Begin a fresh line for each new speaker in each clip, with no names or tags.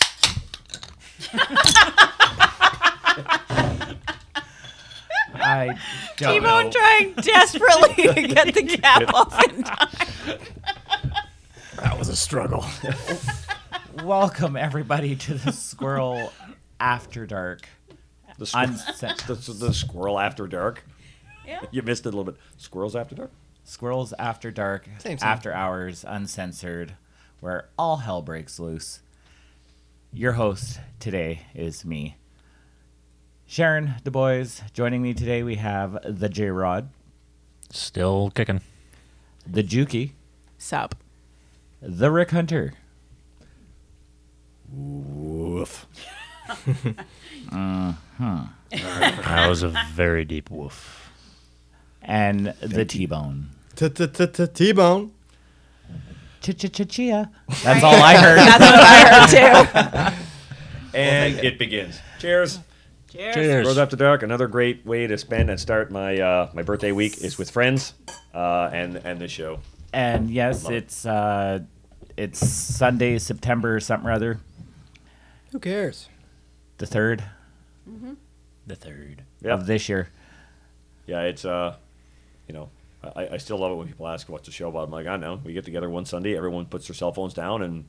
I don't
T-Bone
know.
trying desperately to get the cap off in time.
That was a struggle.
Welcome everybody to the Squirrel After Dark.
the, squir-
Unset-
the, the squirrel after dark.
Yeah.
You missed it a little bit. Squirrels after dark.
Squirrels After Dark,
Same, same.
After Hours, Uncensored, where all hell breaks loose. Your host today is me, Sharon Du Bois. Joining me today, we have the J Rod,
Still kicking.
the Juki,
Sup.
the Rick Hunter,
Woof.
That was a very deep woof.
and the T Bone.
T-Bone.
Ch ch ch chia. That's all I heard.
That's what I heard
And it begins. Cheers.
too. Cheers.
Squirrels after dark. Another great way to spend and start my uh, my birthday week is with friends, uh, and and the show.
and yes, it's uh, it's Sunday, September something or other,
Who cares?
the third
The third.
Yeah.
of this year.
yeah, it's uh, you know, I, I still love it when people ask what's the show about. I'm like, I know. We get together one Sunday, everyone puts their cell phones down, and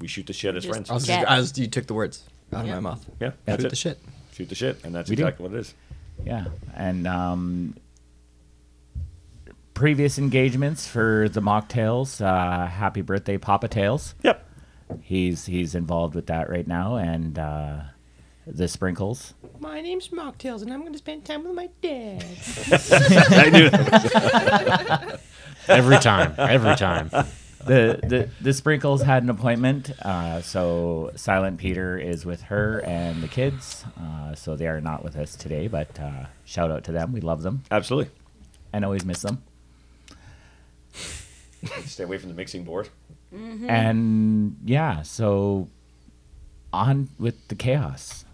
we shoot the shit as
just-
friends.
I was
Yeah.
just, I was, you took the words out of my mouth.
yeah, that's
Shoot
it.
the shit.
Shoot the shit, and that's
We do.
exactly what it is.
Yeah, and um, previous engagements for the mocktails. Uh, happy birthday, Papa Tails.
Yep.
He's he's involved with that right now, and uh, the sprinkles.
My name's Mocktails, and I'm going to spend time with my dad.
I knew. That.
Every time. Every time.
the, the the sprinkles had an appointment, uh, so Silent Peter is with her and the kids. Uh, so they are not with us today, but uh, shout out to them. We love them
Absolutely.
and always miss them.
Stay away from the mixing board.
Mm-hmm.
And yeah, so on with the chaos.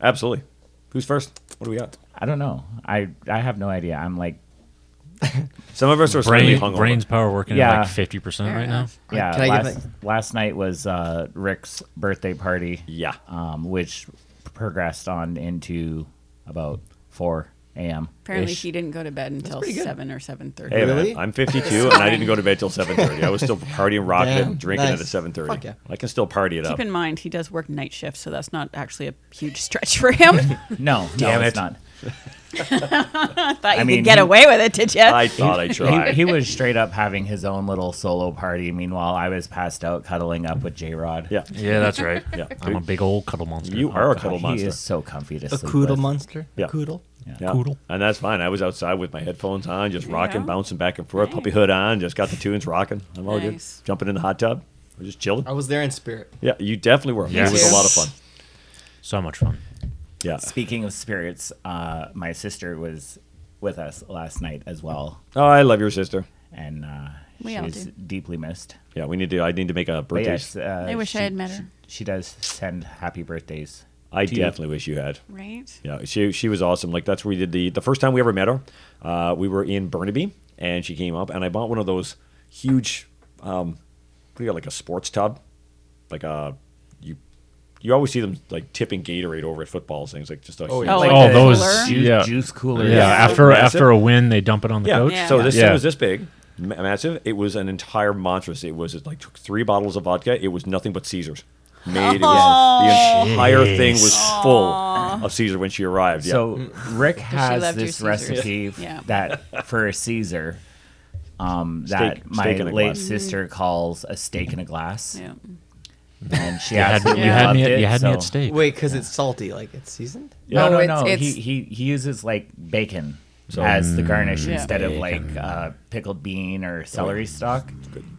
Absolutely. Who's first? What do we got?
I don't know. I I have no idea. I'm like
Some of us are slightly
Brain,
hungover.
brain's power working
Yeah.
at like fifty percent right now.
yeah.
can I give
last, last night was uh, Rick's birthday party.
Yeah.
Um, which progressed on into about four a.m.
Apparently
-ish.
she didn't go to bed until seven or seven thirty.
Hey, man,
Really?
I'm 52 and I didn't go to bed till 7:30. I was still partying, rocking,
Damn,
and drinking
nice.
at 7:30.
Fuck yeah.
I can still party it up.
Keep in mind he does work night shifts, so that's not actually a huge stretch for him.
No,
Damn
no, it's
it.
not.
I thought you
mean,
could get
he-
away with it, did you?
I thought I
He,
tried.
he was straight up having his own little solo party. Meanwhile, I was passed out cuddling up with J Rod.
yeah.
Yeah, that's right.
Yeah.
I'm a big old cuddle monster. Oh,
You are a cuddle
he
monster.
is so comfy to
A
sleep
coodle
with.
monster.
Yeah.
A coodle.
Yeah.
Poodle.
And that's fine. I was outside with my headphones on, just rocking,
go.
bouncing back and forth, puppy hood on, just got the tunes rocking. I'm all
Nice.
good. Jumping in the hot tub. We're just chilling.
I was there in spirit.
Yeah, you definitely were.
Yes.
It was
Yeah.
a lot of fun.
So much fun.
Yeah.
Speaking of spirits, uh, my sister was with us last night as well,
Oh, I love your sister.
and uh,
We
she
all
was
do.
deeply missed.
Yeah, we need to. I need to make a
But
birthday.
yes, uh,
I wish
she,
I had met her.
She, she does send happy birthdays.
I
to you.
definitely wish you had.
Right?
Yeah, she she was awesome. Like that's where we did the the first time we ever met her. Uh, we were in Burnaby, and she came up, and I bought one of those huge, um, what do you got, like a sports tub, like a you you always see them like tipping Gatorade over at football things, like just a huge,
yeah.
like,
Like
oh,
the
those.
cooler?
Juice,
Yeah.
juice cooler.
Yeah.
Yeah.
After
Massive.
after a win, they dump it on the
yeah.
couch.
Yeah.
So this
Yeah.
thing was this big, ma- massive. It was an entire monstrous. It was it like took three bottles of vodka. It was nothing but Caesars. Made it was, the entire thing was full of Caesar when she arrived. Yeah.
So Rick has
Mm. loved your
this
Caesars.
recipe f-
Yeah.
that for a Caesar, um, that
Steak-
my
steak in a
late
glass.
sister calls a steak in a glass,
Yeah.
and she
You had,
absolutely
you had
loved
me. At,
it.
you had me
so-
at stake.
Wait, because it's salty. Like, it's seasoned?
No,
Oh,
no,
it's-
no. He,
it's-
he he uses like bacon as the garnish
Yeah.
instead of like uh, pickled bean or celery stalk.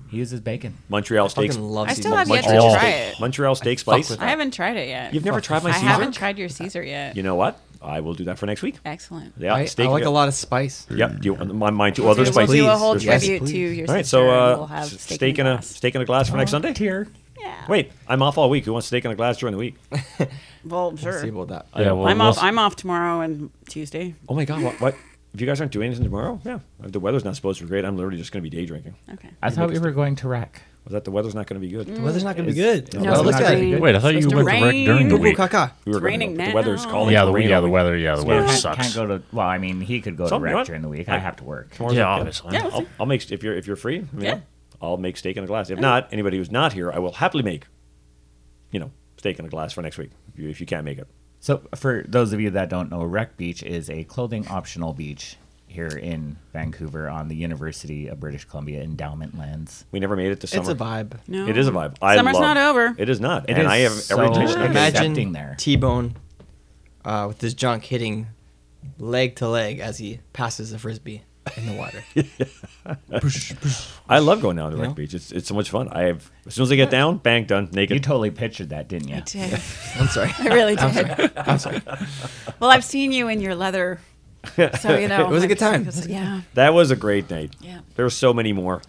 He uses bacon.
Montreal steaks.
Fucking love
I
seasoned.
still have yet to
Montreal
try
steak,
it.
Montreal steak spice.
with
I haven't tried it yet.
You've never tried my
I
Caesar?
haven't tried your Caesar yet.
You know what? I will do that for next week.
Excellent.
Yeah,
I, I
steak.
like a lot of spice.
Yep. Do you, my mind to
Mm. We'll
other
do, we'll
spices.
do a whole
There's
Yes,
tribute to
please.
your
All right,
sister.
so
and
uh,
we'll have
s- steak in a
glass.
steak in a glass for next Sunday.
Here.
Yeah.
Wait, I'm off all week. Who wants steak in a glass during the week?
Well,
Let's see
sure.
about that.
Yeah, well,
I'm
we'll
off.
s-
I'm off tomorrow and Tuesday.
Oh my God! What? what? If you guys aren't doing anything tomorrow, yeah, if the weather's not supposed to be great. I'm literally just going to be day drinking.
Okay.
I thought we were going to wreck.
was that the weather's not going to be
Mm-hmm.
good.
Weather's not going to be
It's-
good.
No,
No,
Well,
it's
look
not
at
gonna be
it.
good.
Wait, I thought
It's
you
supposed
went
to
to wreck
rain.
during the
Cuckoo
week.
Cuckoo,
We were
It's
gonna
raining
go, but
now.
The weather's calling.
Yeah,
for
the
rain
yeah
all
the
week.
weather yeah the weather
Can't,
sucks.
can't go to. Well, I mean, he could go
So,
to
you know
rec
what?
during the week. I have to work.
Tomorrow's
Yeah,
okay.
obviously.
Yeah, we'll
I'll,
see.
I'll make if you're if you're free. you know,
Yeah.
I'll make steak in a glass. If not, anybody who's not here, I will happily make, you know, steak in a glass for next week if you, if you can't make it.
So, for those of you that don't know, Rec Beach is a clothing optional beach here in Vancouver on the University of British Columbia endowment lands.
We never made it to summer.
It's a vibe.
No.
It is a vibe. I
Summer's
love-
not over.
It is not.
It
and
is
I have every
so
intention of
nice.
getting-
accepting there.
Imagine T-Bone uh, with his junk hitting leg to leg as he passes the frisbee in the water.
I love going down to Wreck
No.
Beach. It's, it's so much fun. I have as soon as I get down, bang, done,
You
naked.
totally pictured that, didn't you?
I did.
I'm sorry.
I really did. Well, I've seen you in your leather, so you know
It was a good
I'm-
time.
Yeah.
that was a great night.
Yeah.
There were so many more.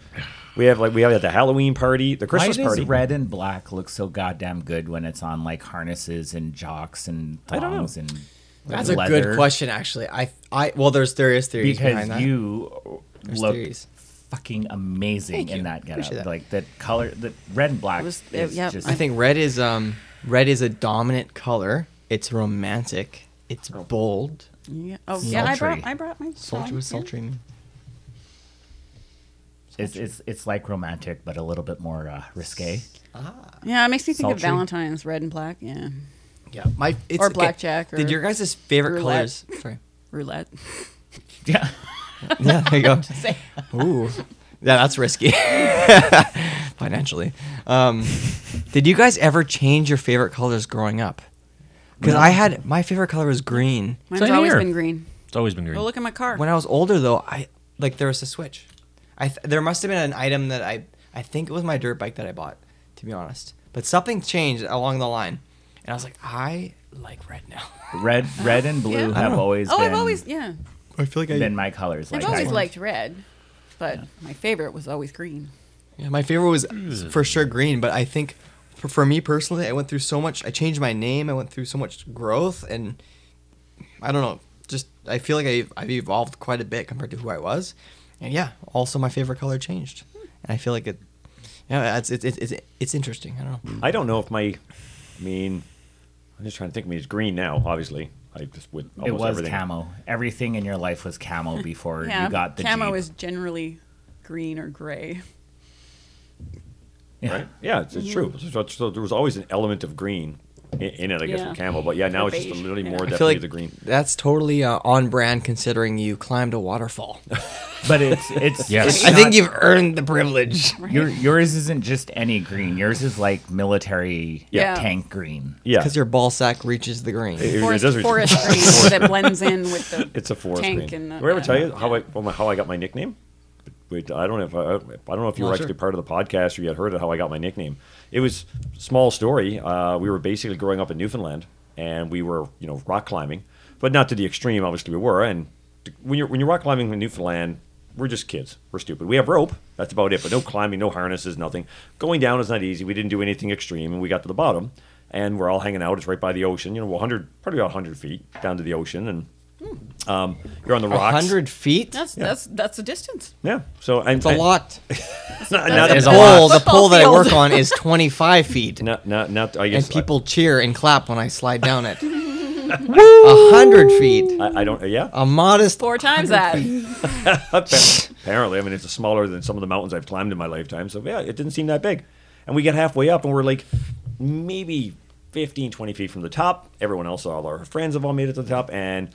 We have like we had the Halloween party, the
Why
Christmas
does
party.
red and black look so goddamn good when it's on like harnesses and jocks and
I don't know.
thongs and
That's a
leather?
good question, actually. I, I, well, there's thereries theories behind
Because
that.
you look
theories.
fucking amazing
Thank
in
you.
that getup.
Appreciate that.
Like the color, the red and black.
It was-
is
yeah,
just,
I think red is um red is a dominant color. It's romantic. It's bold.
Yeah. Oh, yeah. I
Sultry.
brought. I brought my.
Sultry,
song, Oh. yeah.
sultry.
it's, it's it's like romantic, but a little bit more uh, risque.
Yeah, it makes me think of
Sultry.
Valentine's, red and black. Yeah.
Yeah, my it's,
Or
okay,
blackjack or
Did your guys' favorite
roulette.
colors? Sorry.
Roulette.
Yeah.
Yeah, there you go. Ooh, yeah, that's risky financially. Um, did you guys ever change your favorite colors growing up? Because I had my favorite color was green.
Mine's
Same
always
here.
been green.
It's always been
Go
green.
look at my car.
When I was older, though, I like there was a switch. I th- there must have been an item that I I think it was my dirt bike that I bought, to be honest. But something changed along the line, and I was like, I like red now.
Red, red and blue
Uh, Yeah. I don't
have
know.
always
oh,
been,
I've always yeah.
I feel like
been my colors.
I've
Like
always
I-
liked red, but my favorite was always green.
Yeah, my favorite was for sure green, but I think for, for me personally, I went through so much. I changed my name. I went through so much growth, and I don't know. Just I feel like I've, I've evolved quite a bit compared to who I was, and yeah. Also, my favorite color changed, and I feel like it. Yeah, it's it's it's it's, it's interesting. I don't know.
I don't know if my, I mean, I'm just trying to think. I mean, it's green now, obviously. I just with almost
It was
everything.
camo. Everything in your life was camo before
Yeah.
you got the
camo
Jeep.
is generally green or gray.
Yeah.
Right? Yeah, it's, it's true.
Mm-hmm.
So, so there was always an element of green in, in it, I guess,
Yeah.
with camel. But yeah, now
Or
it's just
beige,
literally
yeah.
more
I feel
definitely
I feel like
the green.
that's totally uh, on brand considering you climbed a waterfall.
But it's it's
Yes.
it's
I
not-
think you've earned the privilege.
Your, yours isn't just any green. Yours is like military
Yeah.
tank green.
Yeah,
Because your ball sack reaches the green.
It- it
Forest,
does-
forest green that blends in with the
It's a forest
tank and
green.
the,
Did I ever
yeah.
tell you how I well, my, how I got my nickname? Wait, I don't know if I, I don't know if you
Well,
were
sure.
actually part of the podcast or you had heard of how I got my nickname. It was small story. Uh, we were basically growing up in Newfoundland, and we were you know rock climbing, but not to the extreme. Obviously, we were. And t- when you're when you're rock climbing in Newfoundland, we're just kids. We're stupid. We have rope. That's about it. But no climbing, no harnesses, nothing. Going down is not easy. We didn't do anything extreme, and we got to the bottom, and we're all hanging out. It's right by the ocean. You know, 100 probably about 100 feet down to the ocean, and um, you're on the
A
rocks.
hundred feet.
That's that's that's a distance.
Yeah. So and,
It's a
and-
lot.
Not, not,
That is
the
a
pole,
lot.
the pole that I
Football
work
field.
on is 25 feet,
not, not, not- I guess
and people cheer and clap when I slide down it. A hundred feet,
I, I don't. Yeah.
a modest.
Four times that.
Appa- Apparently, I mean, it's smaller than some of the mountains I've climbed in my lifetime. So yeah, it didn't seem that big. And we get halfway up, and we're like, maybe 15, 20 feet from the top. Everyone else, all our friends, have all made it to the top, and.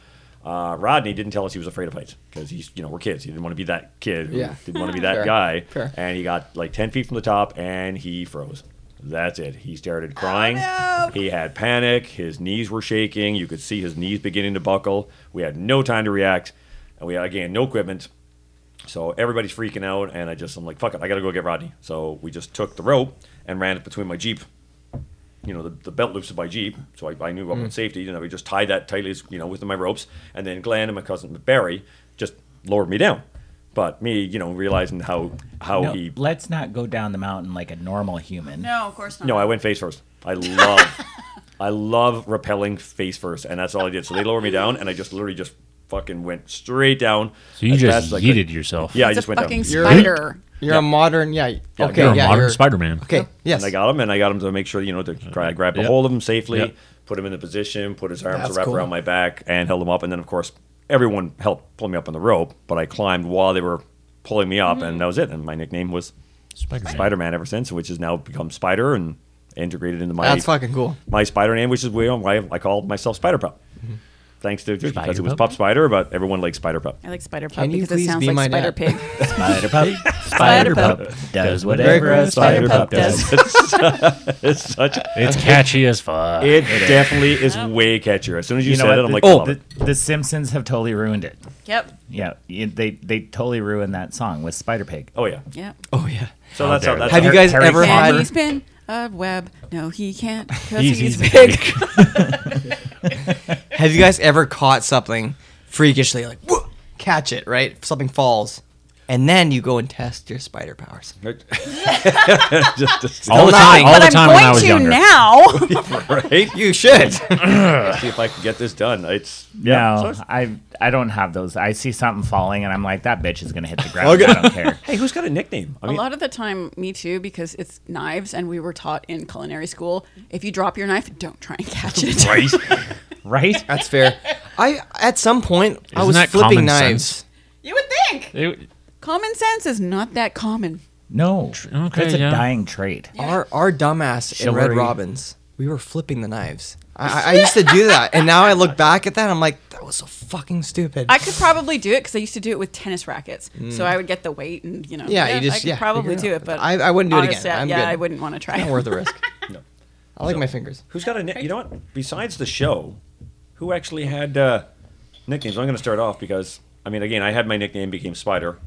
Uh, Rodney didn't tell us he was afraid of heights because he's, you know, we're kids. He didn't want to be that kid. Who
Yeah.
Didn't want to be that
Fair.
guy.
Fair.
And he got like 10 feet from the top and he froze. That's it. He started crying. He had panic. His knees were shaking. You could see his knees beginning to buckle. We had no time to react. And we had, again, no equipment. So everybody's freaking out. And I just, I'm like, fuck it. I got to go get Rodney. So we just took the rope and ran it between my Jeep. You know, the, the belt loops of my Jeep. So I, I knew about
Mm.
safety. You know, we just tied that tightly, as- you know, within my ropes. And then Glenn and my cousin Barry just lowered me down. But me, you know, realizing how how
No,
he
let's not go down the mountain like a normal human.
No, of course not.
No, I went face first. I love, I love repelling face first, and that's all I did. So they lowered me down, and I just literally just fucking went straight down.
So you
as fast
just
as I could.
yeeted yourself.
Yeah, I
it's
just
a
went down.
fucking
You're-
spider.
You're a modern, yeah. okay,
You're a
yeah.
modern
you're-
Spider-Man.
Okay, yes.
And I got him, and I got him to make sure, you know, to try to grab a
Yep.
hold of him safely,
Yep.
put him in the position, put his arms
That's
wrapped
cool.
around my back, and held him up. And then, of course, everyone helped pull me up on the rope, but I climbed while they were pulling me up,
Mm-hmm.
and that was it. And my nickname was
Spider-Man.
Spider Man ever since, which has now become Spider and integrated into my
That's fucking cool.
my Spider name, which is why I I called myself Spider Pup. Thanks to because it was
Pup?
Pup Spider, but everyone likes Spider Pup.
I like Spider Pup
Can you
because it
please
sounds
be
like
my
Spider
dad?
Pig.
Spider pup,
Spider pup
does
whatever a
spider pup does.
It's such
It's catchy as fuck.
it definitely is
Oh.
way catchier. As soon as you,
You know
said
what?
it, I'm like,
oh,
oh,
the, the Simpsons have totally ruined it.
Yep.
Yeah, you- they they totally ruined that song with Spider Pig.
oh yeah.
Yep.
Oh yeah.
So that's how
dare
that's
Have you
how-
guys
Terry
ever
Connor.
Can
had?
he spin a web? No, he can't because
He's-
he's,
he's
big.
Have you guys ever caught something freakishly like "Whoa!" catch it right? Something falls, and then you go and test your spider powers.
just, just-
all the
lying.
time, all
but
the
I'm
time
going
when I was
to
younger.
now.
right?
You should.
See if I can get this done. It's yeah.
No,
So-
I I don't have those. I see something falling and I'm like, that bitch is gonna hit the ground. I don't care.
hey, who's got a nickname? I
a
mean,
lot of the time, me too, because it's knives, and we were taught in culinary school if you drop your knife, don't try and catch it.
right?
Right?
That's fair. I at some point I
Isn't
was
that
flipping
common
knives.
sense?
You would think.
It-
Common sense is not that common.
No.
okay,
That's a
yeah.
dying trait.
Our our dumbass in
Chivalry.
Red Robins, we were flipping the knives. I, I- I used to do that, and now I look back at that, I'm like, that was so fucking stupid.
I could probably do it because I used to do it with tennis rackets. So I would get the weight and, you know,
Mm. Yeah, you just-
I could
yeah,
probably
figure
do
it
it, but
out. I- I wouldn't do it again.
honestly,
I'm
yeah,
good.
I wouldn't want to try
not
it.
worth the risk.
No.
I like my fingers.
Who's got a nick? You know what? Besides the show, who actually had uh, nicknames? I'm going to start off because I mean, again, I had my nickname became Spider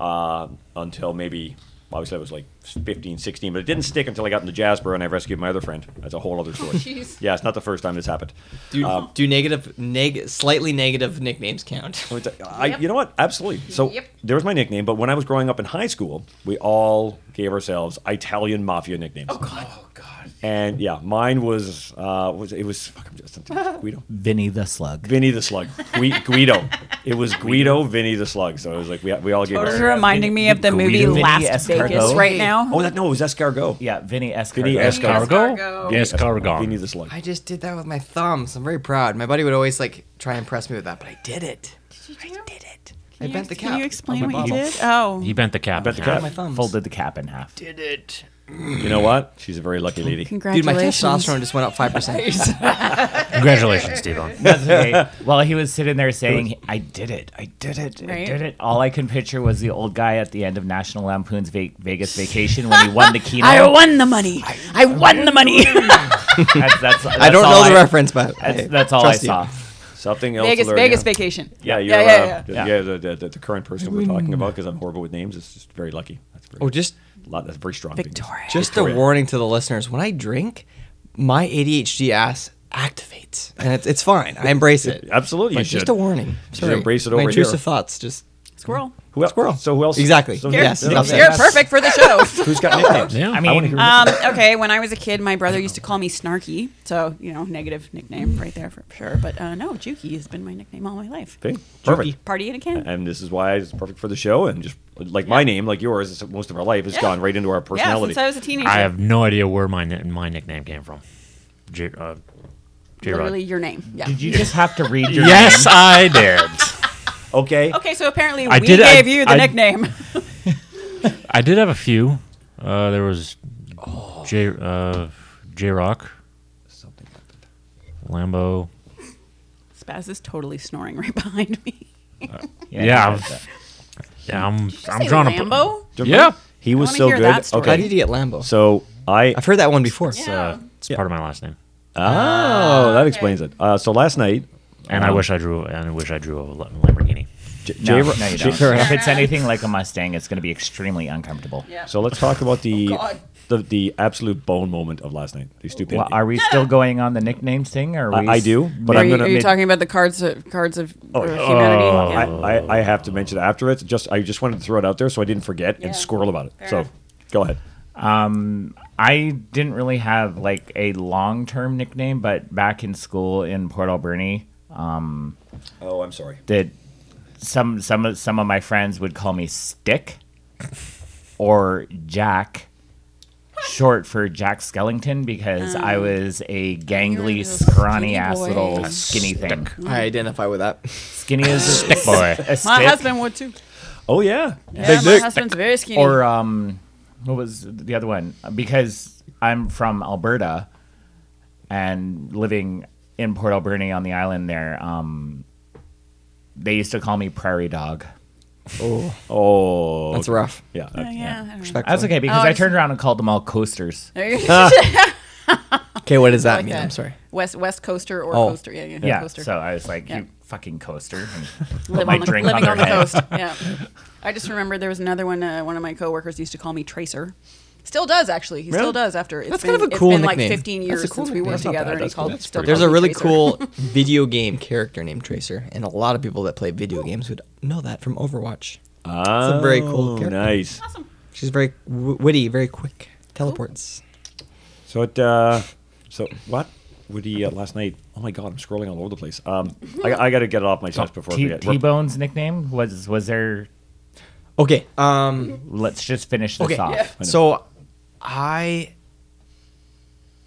uh, until maybe obviously I was like 15, 16, but it didn't stick until I got into Jasper and I rescued my other friend. That's a whole other story.
jeez.
yeah, it's not the first time this happened.
Do,
Um,
do negative, neg- slightly negative nicknames count?
So it's- uh, I, You know what? Absolutely. So
Yep.
there was my nickname, but when I was growing up in high school, we all gave ourselves Italian mafia nicknames. Oh God. And yeah, mine was uh, was it was fuck, I'm just Guido.
Vinny the Slug.
Vinny the Slug. Gui- Guido. It was Guido, Vinny the Slug. So it was like we, we all gave
This is
our.
reminding me of the
Guido.
movie
Vinny
Last
Escargot.
Vegas right now.
Oh, that no, it was Escargot.
Yeah, Vinny Escargot.
Vinny Escargot.
Cargo?
Escargot.
Yes,
Vinny
Cargo.
the Slug.
I just did that with my thumbs. I'm very proud. My buddy would always like try and impress me with that, but I did it.
I did it.
I bent the cap.
Can you explain
on my
what you
bottle.
did? Oh,
He bent the cap.
Bent the
in
cap.
half.
On My thumbs.
Folded the cap in half.
Did it.
You know what? She's a very lucky lady.
Dude, my
congratulations.
testosterone just went up five percent.
Congratulations, Steve-on.
That's okay. While he was sitting there saying, I did it, I did it, I
Right?
did it, all I can picture was the old guy at the end of National Lampoon's Va- Vegas Vacation when he won the keynote.
I won the money. I won the money.
That's, that's, that's
I don't
all
know the reference, but
That's,
hey,
that's all I
trust you.
saw.
Something else.
Vegas,
to learn,
Vegas
yeah.
vacation.
Yeah, you're,
yeah, yeah,
uh,
yeah.
yeah. the, the, the, the current person we're talking about, because I'm horrible with names, is just very lucky. That's very,
Oh, just
lot, that's very strong. Vegas.
Victoria.
just a
Victoria.
warning to the listeners: when I drink, my ADHD ass activates, and it's, it's fine. I embrace it.
Absolutely, you
But
should.
just a warning. Sorry.
embrace it
my
over
juice
here.
of thoughts. Just
Squirrel.
Who else? Squirrel. So who else?
Exactly.
So,
Yes,
so-
you're
so-
You're
Yes.
perfect for the show.
Who's got nicknames?
Yeah.
I
I want to
mean,
hear.
um, okay, when I was a kid, my brother used to call me Snarky, so you know, negative nickname right there for sure. But uh, no, Juki has been my nickname all my life.
okay. Uh, Perfect.
Party in a can.
and this is why it's perfect for the show and just like my name like yours it's most of our life has
Yeah.
gone right into our
yeah,
personality
since I was a teenager.
I have no idea where my ni- my nickname came from. J- uh,
literally
J-Rod.
your name. Yeah.
did you just have to read your
Yes, I did.
okay
Okay, so apparently
I
we
did- I-
gave you the
I-
nickname.
I did have a few. Uh, there was
Oh.
J uh, J Rock,
something happened
Lambo.
Spaz is totally snoring right behind me.
name?
Yeah, I'm, yeah, I'm. I'm
Say
drawing a.
Lambo.
Yeah,
he was
wanna
so
hear
good
that story.
how
okay
did you get Lambo?
so i
I've heard that one before.
Yeah.
uh, it's part of my last name,
oh that explains it uh, so last night
and I wish I drew. And I wish I drew a La- Lamborghini.
J-
No,
J-
no, you
J-
don't. If it's anything like a Mustang, it's going to be extremely uncomfortable.
Yeah.
so let's talk about the,
Oh, God.
the the absolute bone moment of last night the stupid
Well, are we still going on the nicknames thing? Or are we
I, I do but
are,
i'm
you,
gonna
are you
mid-
talking about the cards of cards of uh, humanity?
I,
Yeah.
I, I have to mention after it just i just wanted to throw it out there so i didn't forget
Yeah.
and squirrel about it
Fair
so
enough.
go ahead
I didn't really have like a long term nickname, but back in school in Port Alberni, um,
oh i'm sorry
that some some of some of my friends would call me Stick, or Jack, short for Jack Skellington, because I was a
You're a
gangly,
little
scrawny ass
skinny boy.
little
A
skinny thing.
Mm-hmm.
I identify with that.
Skinny as a stick boy. A
My
stick.
husband would too.
Oh yeah,
Yeah,
Big
my
dick.
husband's very skinny.
Or um, what was the other one? Because I'm from Alberta, and living in Port Alberni on the island there, um, they used to call me Prairie Dog.
Oh,
That's rough.
yeah.
yeah,
that-
yeah. I don't know.
That's okay because
Oh,
I
I see.
turned around and called them all coasters.
There you go.
Okay, what does that
Like
mean?
that.
I'm sorry.
West West Coaster or
Oh.
Coaster. Yeah, yeah,
Yeah,
Coaster.
so I was like,
Yeah.
you fucking coaster. and
Live
my
on the,
drink
living
on
on the
their head.
coast. Yeah. I just remember there was another one. Uh, one of my coworkers used to call me Tracer. Still does actually. He
Really?
still does after. it
That's
been,
kind of a
it's
cool
been like
nickname.
15
That's a
years
cool
since we
nickname.
worked
That's not
together,
bad.
and he
That's cool.
called.
That's
still
pretty
calls
There's a
me
really
Tracer.
cool video game character named Tracer, and a lot of people that play video games would know that from Overwatch.
Oh,
a very cool character.
Nice.
She's very w- witty, very quick, teleports.
So it. Uh, so what? Woody uh, last night. Oh my God, I'm scrolling all over the place. Um, I, I got to get it off my chest before I
T-
forget.
T-Bone's nickname was was there.
Okay. Um.
Let's just finish this
Okay.
off.
know.
So, I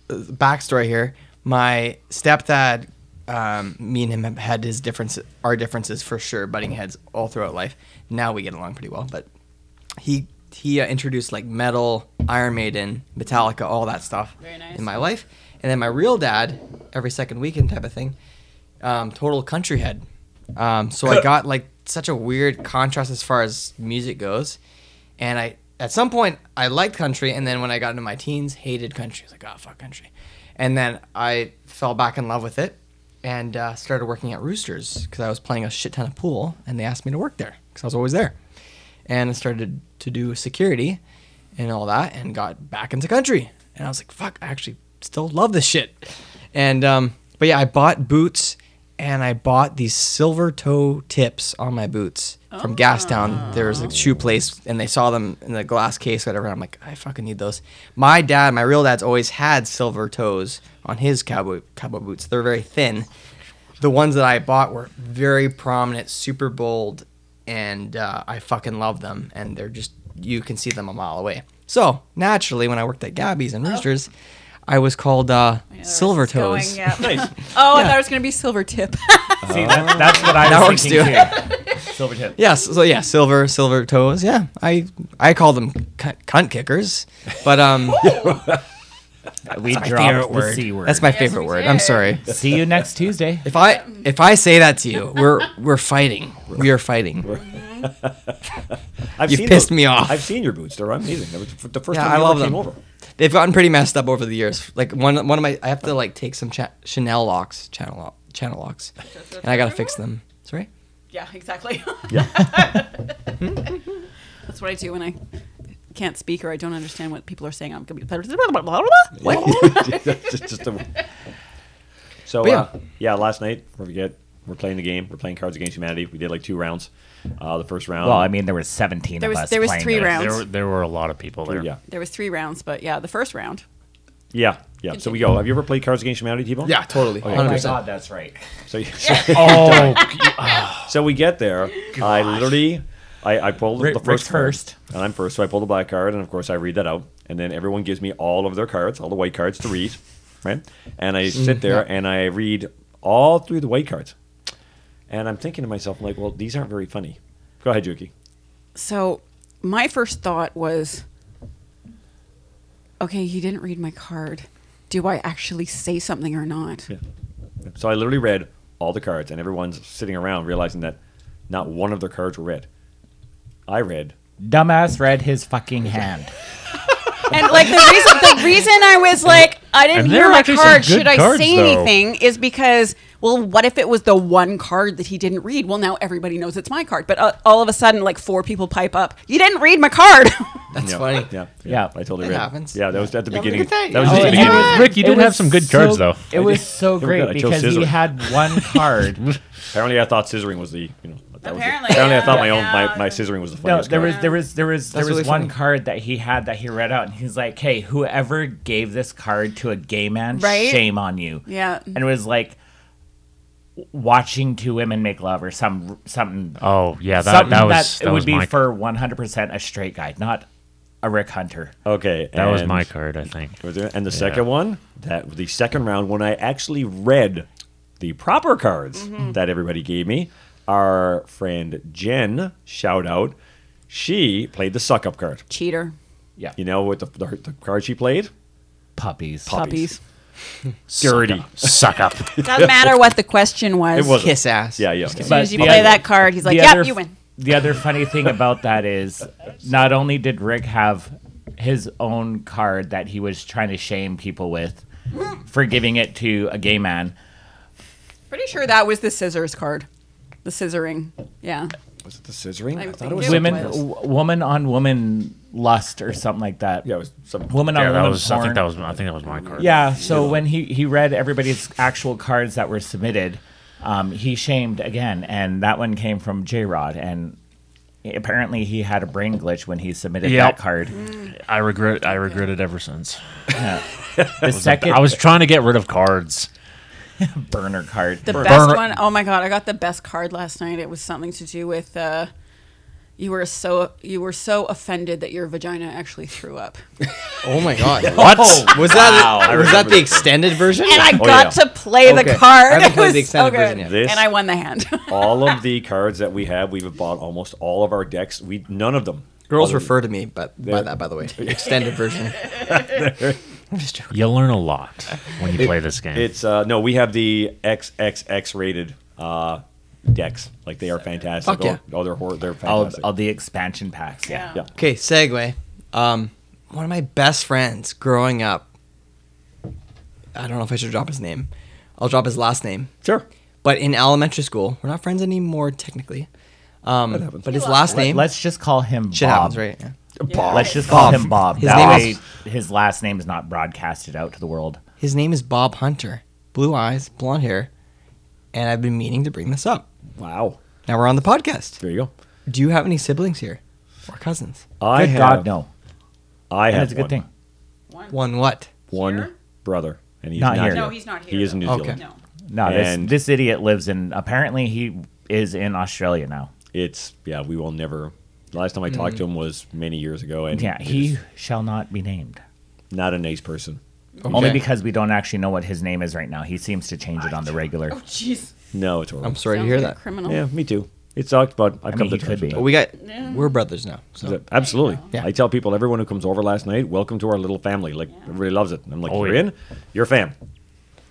uh, backstory here. My stepdad, um, me and him have had his differences, our differences for sure, butting heads all throughout life. Now we get along pretty well, but he he uh, introduced like metal, Iron Maiden, Metallica, all that stuff
Very nice.
in my life, and then my real dad, every second weekend type of thing, um, total country head. Um, so I got like such a weird contrast as far as music goes, and I at some point I liked country, and then when I got into my teens, hated country. I was like, oh fuck country, and then I fell back in love with it, and uh, started working at Roosters because I was playing a shit ton of pool, and they asked me to work there because I was always there, and I started to do security, and all that, and got back into country, and I was like, fuck, I actually still love this shit, and um, but yeah, I bought boots and I bought these silver toe tips on my boots from Gastown. There was a shoe place, and they saw them in the glass case, whatever. And I'm like, I fucking need those. My dad, my real dad's, always had silver toes on his cowboy cowboy boots. They're very thin. The ones that I bought were very prominent, super bold, and uh, I fucking love them. And they're just you can see them a mile away. So naturally, when I worked at Gabby's
Oh.
and Roosters, I was called uh, Silver
It's going,
Toes.
yeah. Oh, I thought it was going to be Silver Tip.
See, Uh, that, that's what I
That
was
works
thinking too. Silvertip.
Yes. So yeah, silver, silver toes. Yeah, I I call them c- cunt kickers, but um,
We
favorite
dropped the
word.
C word.
that's my favorite
we
word.
did.
I'm sorry.
See you next Tuesday.
If I if I say that to you, we're we're fighting. We are fighting.
I've
You've
seen
pissed
those-
me off.
I've seen your boots. They're amazing. That was f- the first
Yeah,
time
I
you
love
ever
them.
came over.
They've gotten pretty messed up over the years. Like one one of my I have to like take some cha- Chanel locks, channel lock, channel locks, and I gotta fix them. Sorry.
yeah, exactly. That's what I do when I can't speak or I don't understand what people are saying. I'm going to be.
just, just a- so
But
yeah.
yeah.
Uh, yeah, last night we forget we're playing the game. We're playing Cards Against Humanity. We did like two rounds. Uh, the first round.
Well, I mean, there were 17
There
of
was-
us.
there was
playing
three
this.
rounds.
There, were- there were a lot of people there.
yeah,
There was three rounds, but yeah, the first round.
yeah, yeah. So we go. Have you ever played Cards Against Humanity, T-Bone?
totally.
Oh, yeah.
Oh my
100%.
god, that's right.
So, you-
Oh,
so we get there. I literally, I, I pulled
Rick-
the first
Rick's
card,
first.
and I'm first. So I pull the black card, and of course I read that out, and then everyone gives me all of their cards, all the white cards to read, right? And I sit there and I read all through the white cards, and I'm thinking to myself, I'm like, well, these aren't very funny. Go ahead, Juki.
So my first thought was, okay, he didn't read my card. Do I actually say something or not?
So I literally read all the cards, and everyone's sitting around realizing that not one of their cards were read. I read.
Dumbass read his fucking hand.
And like the reason, the reason I was like, I didn't
And there
hear
are
my
actually some
card.
good
Should I
cards,
say
though.
anything? Is because well, what if it was the one card that he didn't read? Well, now everybody knows it's my card. But uh, all of a sudden, like four people pipe up. You didn't read my card.
That's
Yeah,
funny.
Yeah,
Yeah.
I totally
It
read.
happens.
Yeah, that was at the
Yeah,
beginning.
look at that.
That was
Oh,
just the
it
beginning.
happens. Rick, you
It
did have
was
some good
so-
cards, though.
It was so
Oh my
great
God, I chose
because he
Scissor.
had one card.
Apparently, I thought scissoring was the you know. That
Apparently,
was the, apparently I thought my
yeah,
own
yeah.
my, my scissoring was the
no,
funniest.
there
card.
was there was there was there
That's
was
really
one
funny.
card that he had that he read out, and he's like, "Hey, whoever gave this card to a gay man,
Right?
shame on you."
Yeah.
and it was like watching two women make love or some something
oh yeah, that,
something
that
that,
was that,
it would
was
be
my
for 100% a straight guy, not a Rick Hunter.
Okay,
That was
and-
my card, I think.
Was it- And the second one, that the second round when I actually read the proper cards
Mm-hmm.
that everybody gave me, our friend Jen, shout out, she played the suck up card.
Cheater.
Yeah.
You know what the, the, the card she played?
Puppies.
Puppies.
Dirty.
Suck up.
Doesn't matter what the question was.
It was
Kiss ass.
Yeah, yeah.
As soon as you play that card, he's like,
the
"Yep,
other-
you win."
The other funny thing about that is not only did Rick have his own card that he was trying to shame people with for giving it to a gay man,
Pretty sure that was the scissors card, the scissoring. Yeah,
Was it the scissoring?
I'm
I thought it was
women,
thinking-
something else.
w- woman on woman lust or something like that.
Yeah, it was some
woman on
Yeah, that
woman
was.
porn.
I think that was. I think that was my card.
Yeah, so when he, he read everybody's actual cards that were submitted, um, he shamed again, and that one came from J Rod, and apparently he had a brain glitch when he submitted
Yep.
that card.
I regret. I regret it ever since.
The second
I was trying to get rid of cards.
burner card.
the best
Burn-
one. Oh my god, I got the best card last night. It was something to do with uh, you were so you were so offended that your vagina actually threw up, and
Oh my god.
What?
Was that was that the extended version?
I
Oh,
got
yeah.
to play
Okay.
the
I
card.
haven't
It
played
was
the
so
extended version
good,
yet.
This-
and I won the hand.
all of the cards that we have, we've bought almost all of our decks. We none of them.
Girls
other-
refer to me, but by that, by the way, extended version. I'm just joking.
You learn a lot when you play this game.
It's uh no, we have the XXX rated uh decks. Like they are fantastic.
Fuck yeah.
Oh, oh, they're hor- they're
all,
fantastic.
all the expansion packs. Yeah.
yeah.
Okay, segue. Um, one of my best friends growing up. I don't know if I should drop his name. I'll drop his last name.
Sure.
But in elementary school, we're not friends anymore technically. Um, but his last name
Let's just call him
shit
Bob.
happens, right? Yeah.
Bob.
Let's just call
Bob.
him Bob.
His
that
name is-
way his last name is not broadcasted out to the world.
His name is Bob Hunter. Blue eyes, blonde hair, and I've been meaning to bring this up.
Wow.
Now we're on the podcast.
There you go.
Do you have any siblings here or cousins?
I
Good
have,
God, no.
I have
That's a good
one,
thing.
One what?
One
Here?
brother, and he's
Not
not,
here.
here.
No,
he's not
He
here,
is in New
though.
Zealand.
Okay. No.
No, this,
And-
this idiot lives in, apparently he is in Australia now.
It's yeah. We will never. The last time I
Mm.
talked to him was many years ago, and
Yeah,
it
he
is
shall not be named.
not a nice person.
Only
Okay.
because we don't actually know what his name is right now. He seems to change it on the regular.
Jeez,
No, it's horrible.
I'm sorry to
Sounds
hear
like a
that.
Criminal.
Yeah, me too. It sucked, but I've
mean, he
come to terms
could
with
be.
But
it.
we got we're brothers now. So
So, Absolutely.
Yeah.
I tell people, everyone who comes over last night, welcome to our little family. Like everybody loves it. And I'm like,
Oh,
you're
yeah.
in, you're fam.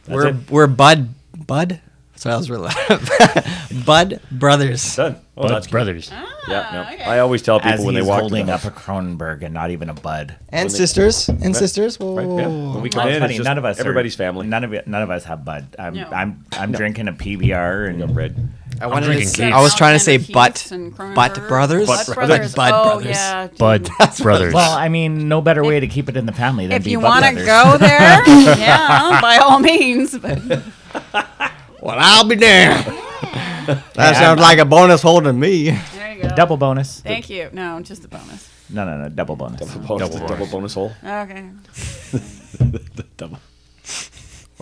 That's
we're
it.
we're bud bud. Sorry, that was really loud. bud brothers.
done. Oh,
Bud's
that's
brothers.
Yeah, no.
Ah, okay.
I always tell people
As
when they
he's
walk
holding
in,
up a Kronenberg and not even a bud.
And sisters. And sisters. Whoa.
Right, yeah. When we come
Well, it's
in,
Oh, funny,
it's just
none of us are-
everybody's family.
None of it- none of us have bud. I'm
No.
I'm I'm drinking a PBR and
bread.
I wanted to
drinking
say,
Keith's.
I was trying to say
Alexander
butt
Keiths and Cronenberg.
butt brothers.
Butt brothers.
But bud
oh,
brothers.
yeah.
Bud brothers.
Well, I mean, no better way to keep it in the family than
if
be
you
Bud
want to
Brothers.
go there, yeah, by all means. But
Well, I'll be damned. that
Hey,
sounds like a bonus hole to me.
there you go.
double bonus.
Thank you. No, just the bonus.
No, no, no, double bonus.
Bonus, double,
bonus.
bonus hole.
Okay.
Double.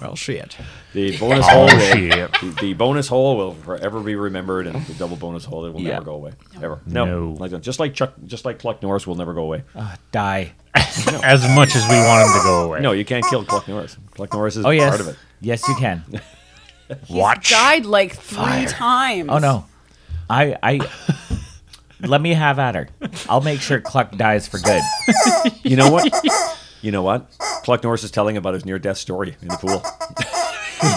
Well, shit.
The bonus hole.
Oh,
Will,
shit.
the- the bonus hole will forever be remembered, and the double bonus hole it will
Yeah.
never go away. Ever. No.
No.
Like, just like Chuck, just like Cluck Norris will never go away.
Ah, die.
as much as we want him to go away.
No, you can't kill Cluck Norris. Cluck Norris is
Oh yes,
part of it.
yes you can.
watch.
Died like three times.
Oh no, I I let me have at her. I'll make sure Cluck dies for good.
You know what? you know what? Cluck Norris is telling about his near-death story in the pool.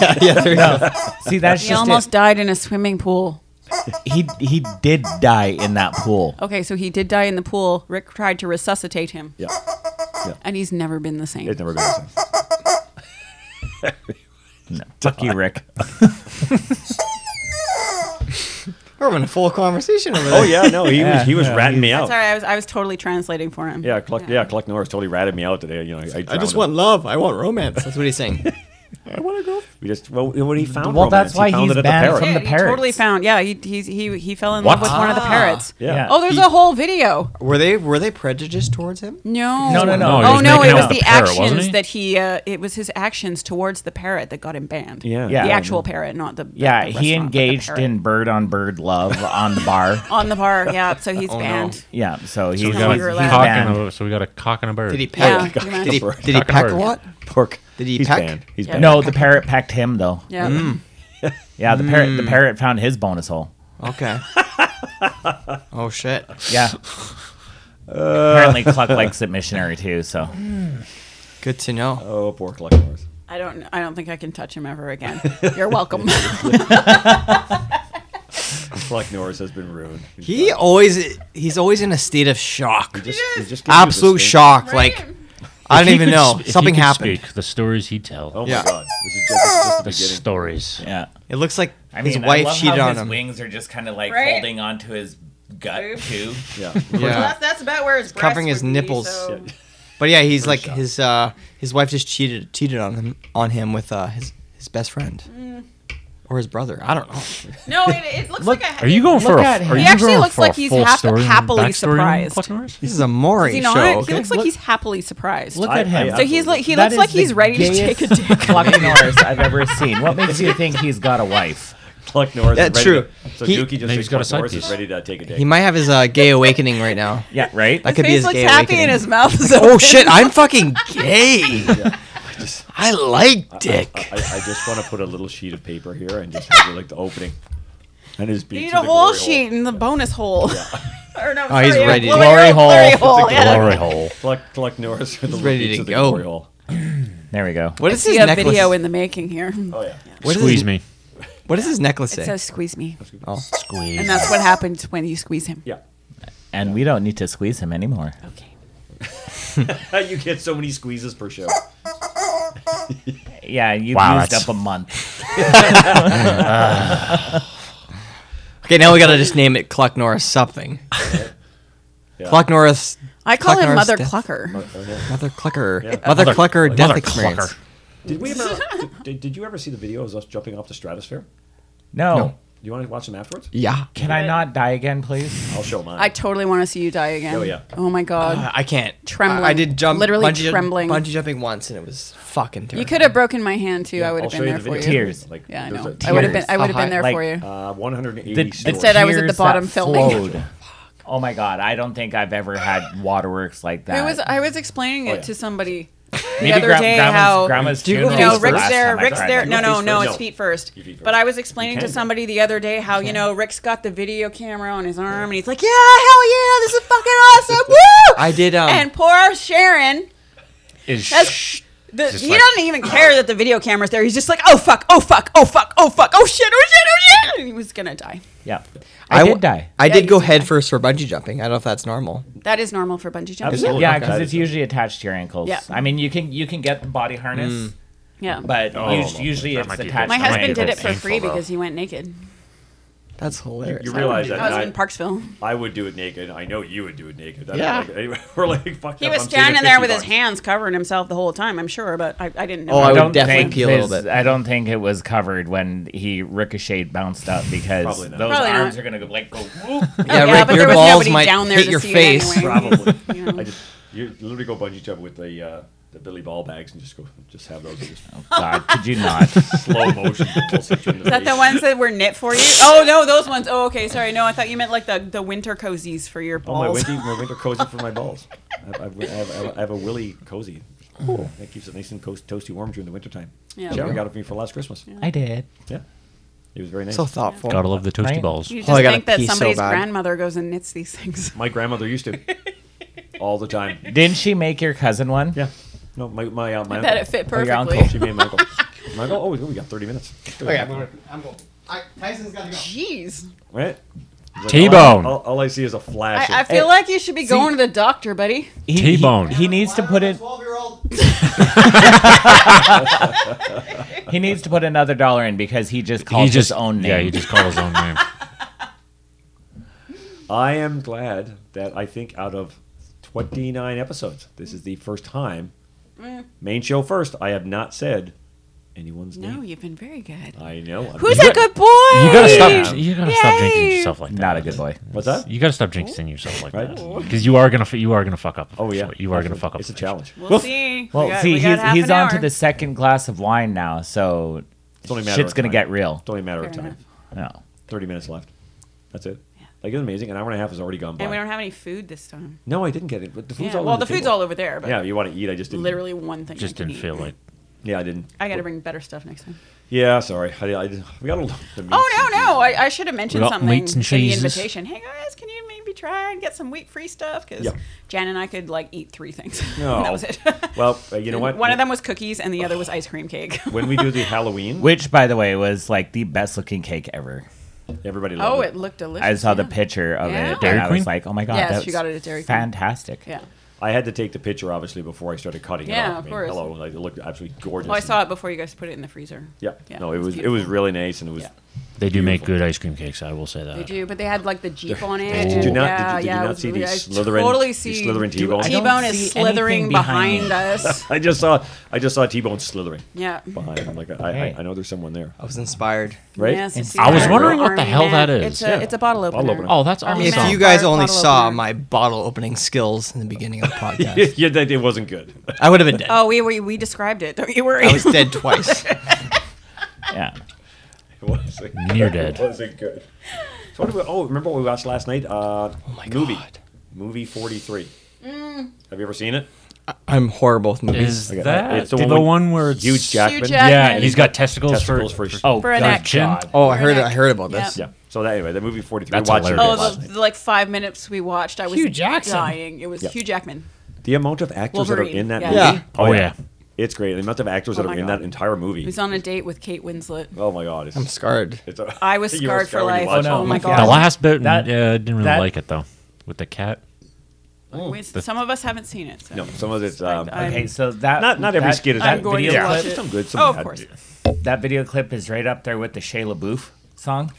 yeah, there you go.
See, that's
He
just
almost died in a swimming pool.
it. He he did die in that pool.
Okay, so he did die in the pool. Rick tried to resuscitate him,
Yeah,
and he's never been the same.
it's never been the same.
Fuck you, Rick.
We're having a full conversation over there.
Oh yeah, no, he was he was ratting me out.
Sorry, I was I was totally translating for him.
Yeah, Cluck, yeah, Cluck Norris totally ratted me out today. You know, I,
I
drowned
just
him.
want love. I want romance. That's what he's saying.
I
want to go? We just well, what he found.
Well, that's
romance. He
why
found
he's
it at the
banned
parrot.
from the
he totally
parrots.
found. Yeah, he he's, he he fell in
What?
love with one of the
Ah.
parrots.
Yeah.
Yeah.
Oh, there's
He-
a whole video.
Were they were they prejudiced towards him?
No.
No, no, no. No, he
Oh
was
no,
making
it
out
was
with
the
the parrot, wasn't
actions
he?
that he. Uh, it was his actions towards the parrot that got him banned.
Yeah.
Yeah.
The actual parrot, not the. the-
Yeah,
the
he
restaurant, but the
engaged
parrot.
in bird on bird love on the bar.
on the bar. Yeah, so he's
Oh, no.
banned.
Yeah, so he's,
So
no
we, got
he's
longer
a
allowed.
cock and
banned.
a, so we got a cock and a bird.
Did he
Yeah,
peck?
cock and a
did, he,
bird.
did he
Cock and a
peck a
bird.
lot?
Pork.
Did he
He's
peck?
banned. He's
Yeah.
banned.
No, the parrot pecked him though. Yeah,
Yeah.
Mm.
the parrot the parrot found his bonus hole.
Okay. oh shit.
Yeah. Apparently Cluck likes it missionary too, so
Good to know.
Oh, pork like ours.
I don't. I don't think I can touch him ever again. You're welcome.
Like Norris has been ruined. He's
He
done.
always he's always in a state of shock.
Just- he just gives you
Absolute
this thing.
shock. Like I don't
If he
even
could
know.
sp- if he
Something
could
happened.
Speak, the stories he tell.
Oh my
Yeah.
god, this is just, this is just the
the
beginning.
stories.
yeah.
It looks like
I
his
mean, I
wife
love
cheated
how
on
his
him.
wings are just kind of like
Right?
holding onto his gut
Oops.
too.
Yeah.
Yeah.
that's about where his
uh, Covering breasts his would be, nipples. so- But yeah, he's like
shot.
his uh his wife just cheated cheated on him on him with uh his his best friend. Or his brother. I don't know.
No, it, it looks
Look-
like a.
Are you going for a?
at him.
Are
He
you
actually
going
looks
for a
like he's
full
hap-
story and
happily
backstory on
surprised.
Chuck Norris?
This is a Maury
Is he
show.
not?
okay?
He looks like
Look-
he's happily surprised.
Look
I-
at him.
I-
so he's like he
That
looks
is
like he's
the
ready to
gayest
take a dick.
Cluck Norris I've ever seen. What makes you think he's got a wife?
Like Norris.
Yeah,
is ready
true.
to- so Dookie
He-
just
Maybe
thinks
he's got a
Like
side
Norris is
piece.
ready to take a
He
date.
might have his uh, gay awakening right now.
Yeah, right?
That could be
Face
his
looks
gay
happy
awakening.
and his mouth is
oh
open.
shit, I'm fucking gay. I like dick.
I, I just want to put a little sheet of paper here and just have like the opening. And his
You
beat.
need a
to the
whole
glory hole.
sheet in the bonus hole. or no,
Oh, he's
sorry, a
ready.
Glory hole.
Glory
It's a
hole. yeah.
Uh, Glory hole.
Like like Norris with the
ready
beat
to
the
go.
glory hole.
There we go.
what
I
is his
see a
necklace?
video in the making here.
Oh yeah.
what is
Squeeze
his,
me.
What does his
It
necklace say? Oh.
says squeeze me.
Squeeze.
And that's what happens when you squeeze him.
Yeah.
And we don't need to squeeze him anymore.
Okay.
you get so many squeezes per show.
Yeah, you've
Wow,
used
that's-
up a month.
okay, now we gotta just name it Cluck Norris something.
Yeah.
Cluck Norris,
I call
Cluck
him
Norris
Mother
death-
Clucker.
Mother Clucker, Mother,
Mother-
Clucker,
Mother
death experience.
clucker.
Did we ever? did, did you ever see the video of us jumping off the stratosphere?
No.
Do you want to watch them afterwards?
Yeah,
Can I not die again, please?
I'll show mine.
I totally want to see you die again.
Oh, yeah.
Oh my god.
Uh, I can't.
Trembling.
I, I did jump.
Literally
bungee,
trembling.
Bungee jumping once, and it was fucking terrible.
you could have broken my hand too. I would
I'll
have
show
been
you
there
the
for you.
video.
Tears.
Like,
Yeah, I
there's
know.
a-
I would have been. I
How
would have
high?
been there
Like,
for you.
Uh, 180
The, the
stories.
Instead, I was at the
tears
bottom
that
filming.
flowed. Oh my god, I don't think I've ever had waterworks like
uh,
that.
I was. I was explaining it
yeah.
to somebody the
Maybe
other
gra-
day
grandma's,
how
grandma's
Do you go
funeral
you
Feet
know
was the last
Rick's
first?
there.
time I
Rick's
cried
there.
like
No,
that.
no, no. It's
feet first. No.
feet first.
Your feet first.
But I was explaining
You
to
can.
somebody the other day how you know Rick's got the video camera on his arm, and he's like, "Yeah, hell yeah, this is fucking awesome, woo!"
I did. Um,
and poor Sharon.
Is
That's-
sh-
The,
Just
he
like-
doesn't even care that the video camera's there. He's just like, oh fuck, oh fuck, oh fuck, oh fuck, oh shit, oh shit, oh shit. And he was gonna die.
Yeah. I,
w-
did die.
I
you
did go
did
head first for bungee jumping. I don't know if that's normal.
That is normal for bungee jumping.
Absolutely.
yeah,
Okay.
because it's usually attached to your ankles.
Yeah.
I mean, you can you can get the body harness,
Yeah.
but
Oh,
us-
well,
usually
that
it's
might be
attached.
different.
my
to
That might
husband
be
did
a
it
bit
for free
painful,
because he went naked.
That's hilarious.
You realize that
I was in
I,
Parksville.
I would do it naked. I know you would do it naked. I mean,
Yeah.
like, anyway, we're like, fuck
He
that,
was
I'm saving
standing there with
50
his
bucks.
hands covering himself the whole time, I'm sure, but I, I didn't know.
Oh, I
I
would
don't
definitely
think
pee a little
his-
bit.
I don't think it was covered when he ricocheted, bounced up because
Probably
those
not.
Probably
arms
not.
are gonna go like go. Whoop.
Yeah,
Oh, Yeah,
Rick,
but
your
there was
balls
nobody
might
down there
hit
to
your
see it
face.
anyway.
Probably.
Yeah.
I just you literally go bungee jump with the uh, the Billy Ball bags and just go just have those in just
Oh, God, could you not?
slow motion. Is
Is that the ones that were knit for you? Oh no, those ones. Oh, okay, sorry. No, I thought you meant like the, the winter cozies for your
Oh, my
balls.
winter, my winter cozy for my balls. I have, I have, I have, I have a Willy cozy. That keeps it nice and coast, toasty warm during the wintertime.
Yeah.
Sharon got it for me for last Christmas. Yeah.
I did.
It was very nice.
So thoughtful.
gotta love the toasty
Right?
balls.
You
You
just
Oh, I gotta
think that
pee so
somebody's
bad.
grandmother goes and knits these things.
my grandmother used to all the time.
Didn't she make your cousin one?
Yeah. No, my my uh, my
I bet it
uncle. Oh,
fit
your
perfectly.
uncle.
She made my uncle. My uncle. Oh, we got thirty minutes.
I'm going. I, Tyson's gotta go.
Jeez.
Right. He's like,
T-bone.
All, I- all- all I see is a flash.
I, I
of-
feel like you should be going to the doctor, buddy.
He- he-
T-bone.
He, needs to put in.
Twelve-year-old.
He needs to put another dollar in because he just called his own name.
Yeah, he just called his own name.
I am glad that I think out of
Mm.
29 episodes, this is the first time, main show first, I have not said anyone's
No,
name.
you've been very good.
I know. I'm-
Who's
You
a
got-
good boy?
You gotta stop. You gotta stop jinxing
Yay.
yourself like that.
Not a good boy.
What's that?
You gotta stop jinxing yourself like
Right.
that because you are gonna f- you are gonna fuck up.
Oh yeah,
eventually. you are gonna
Absolutely.
fuck up.
It's a
eventually.
challenge.
We'll see.
Well,
We got-
see,
we got
he's
half
he's
an
on to
hour.
the second glass of wine now, so
It's only a matter
shit's
of
gonna
time.
get real.
It's only a matter of
Fair
time.
enough.
No.
Thirty minutes left. That's it. Like it's amazing. An hour and a half has already gone by.
And we don't have any food this time.
no, I didn't get it. But the food's
Yeah.
all.
Well,
on
the,
the,
food's
table.
all over there, but
Yeah, you want to eat? I just didn't.
literally one thing.
Just
I can
didn't
eat.
feel like.
Yeah, I didn't.
I gotta bring better stuff next time.
Yeah, sorry. I, I, we got a little.
Oh no, no! I, I should have mentioned
got
something
meats and
in
cheeses.
the invitation. Hey guys, can you maybe try and get some wheat-free stuff? Because
Yeah.
Jan and I could like eat three things.
No.
that was it.
Well, uh, you know what?
One of them was cookies, and the other was ice cream cake.
When we do the Halloween,
Which, by the way, was like the best looking cake ever.
everybody loved
oh,
it.
it looked delicious.
I saw the
yeah.
picture of
Yeah.
it,
Dairy
and I
Queen?
was like, "Oh my god,
Yes,
that's
you got it at Dairy Queen.
fantastic!"
Yeah.
I had to take the picture obviously before I started cutting it
Yeah,
off.
of
I mean,
course.
Hello, like, it looked absolutely gorgeous.
Well, I saw it before you guys put it in the freezer.
Yeah.
Yeah,
No,
it
it
was
was it
beautiful.
was really nice, and it was.
Yeah.
They do make good ice cream cakes. I will say that.
They do, but they had like the Jeep on it.
Did you
and-
not- did you-
yeah,
did you
yeah,
not
it was
see the
really- I
Slytherin-
Totally
the
see
Slytheron T-Bone? I
don't
T-Bone
see
is slithering
anything behind
behind us.
I just saw I just saw T-Bone slithering
Yeah.
behind. I'm like, I,
Hey.
I, I know there's someone there,
I was inspired.
right?
Yes,
And
it's
I was
the
wondering what the
Army
hell
man.
that is.
It's a,
Yeah.
it's a bottle opener.
Bottle opener.
Oh, that's awesome.
mean,
If
man.
you guys
Bottle
only
opener.
saw my bottle opening skills in the beginning of the podcast,
yeah, that, it wasn't good.
I would have been dead.
Oh, we, we we described it. Don't you worry.
I was dead twice.
Yeah.
It wasn't,
Near
it
dead.
wasn't good. So what did we, oh, remember what we watched last night? Uh, oh
my
movie,
God.
movie 43.
Mm.
Have you ever seen it?
I'm horrible with movies.
Is that
It's the
the one,
one with
where it's
Huge Jackman.
Hugh Jack-
Yeah,
and
and he's got testicles,
Testicles
for,
for-
oh
For an
God,
action.
Jen.
oh, I heard.
Correct.
I heard about this.
Yep.
Yeah. So that anyway, the movie 43.
That's
we watched
hilarious.
it
Oh,
last
the,
night.
the, like five minutes we watched, I was
Hugh Jackson.
dying. It was
Yeah.
Hugh Jackman.
The amount of actors that
Wolverine,
are in that
yeah.
movie.
Yeah.
Oh, yeah.
It's great. The amount of actors
Oh
that
my
are in
God.
that entire movie.
He was on a date with Kate Winslet.
oh my god. It's,
I'm scarred.
it's a-
I was
you were
scarred for
when
life.
you watched
Oh,
it.
no.
my
Yeah.
god.
The last bit,
That-
yeah, I didn't really
that-
like it though, with the cat.
We- some of us haven't seen it. So.
No, some of it's um,
I-
Okay, so that
not not every
that-
skit is
I'm
that
going
video
to
clip.
watch it.
Some good, some
Oh, of
bad.
course.
that video clip is right up there with the Shia LaBeouf song.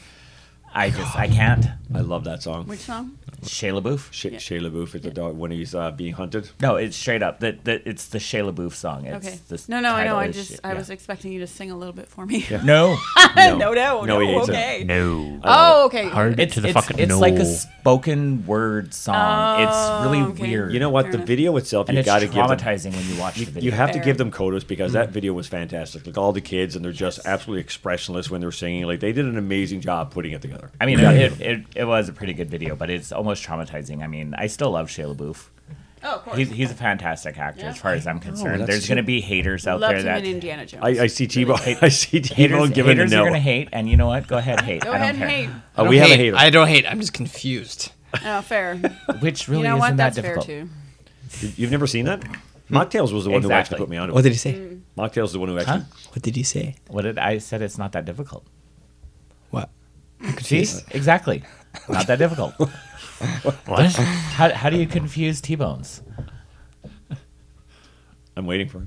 I just I can't.
I love that song.
Which song?
Shia LaBeouf.
Sh- Shia LaBeouf is the dog when he's uh, being hunted.
No, it's straight up. That that it's the Shia LaBeouf song. It's
Okay.
this
No, no, I know.
title
I
is
just
Shia-
I
yeah.
was expecting you to sing a little bit for me.
no.
no, no, no.
No, he hates it.
okay.
No,
Oh, okay.
hard
It's
to the
it's,
fucking
it's
no.
like a spoken word song. it's really
Oh, okay.
weird.
You know what?
Fair
the
enough.
video itself,
and
you
it's
got to give them,
traumatizing when you watch the video.
you have
Fair.
to give them kudos because that video was fantastic. Like all the kids, and they're just absolutely expressionless when they're singing. Like they did an amazing job putting it together.
I mean, it, it, it was a pretty good video, but it's almost traumatizing. I mean, I still love Shia LaBeouf.
Oh, of course.
He's, he's a fantastic actor, as
Yeah.
far as I'm concerned.
that's
There's
so-
going to be haters out
Loved
there
him
that
in Indiana Jones.
I, I see T-Bone. I see
haters,
T-Bone giving a
haters are going to
no.
hate, and you know what? Go ahead, hate.
Go
I don't
ahead and
care.
hate.
Uh,
I
we
don't
have a
hate.
hater.
I don't hate. I'm just confused.
Oh, fair.
Which
you
really
know
isn't
what?
that
That's fair
difficult.
too.
You've never seen that? Mocktails was the one who actually
Exactly.
put me onto
What
it.
did he say?
Mm.
Mocktails is the one who actually.
Huh?
What did he say?
What did I said? It's not that difficult.
What?
See, exactly, not that difficult.
What?
How, how do you confuse T-bones?
I'm waiting for it.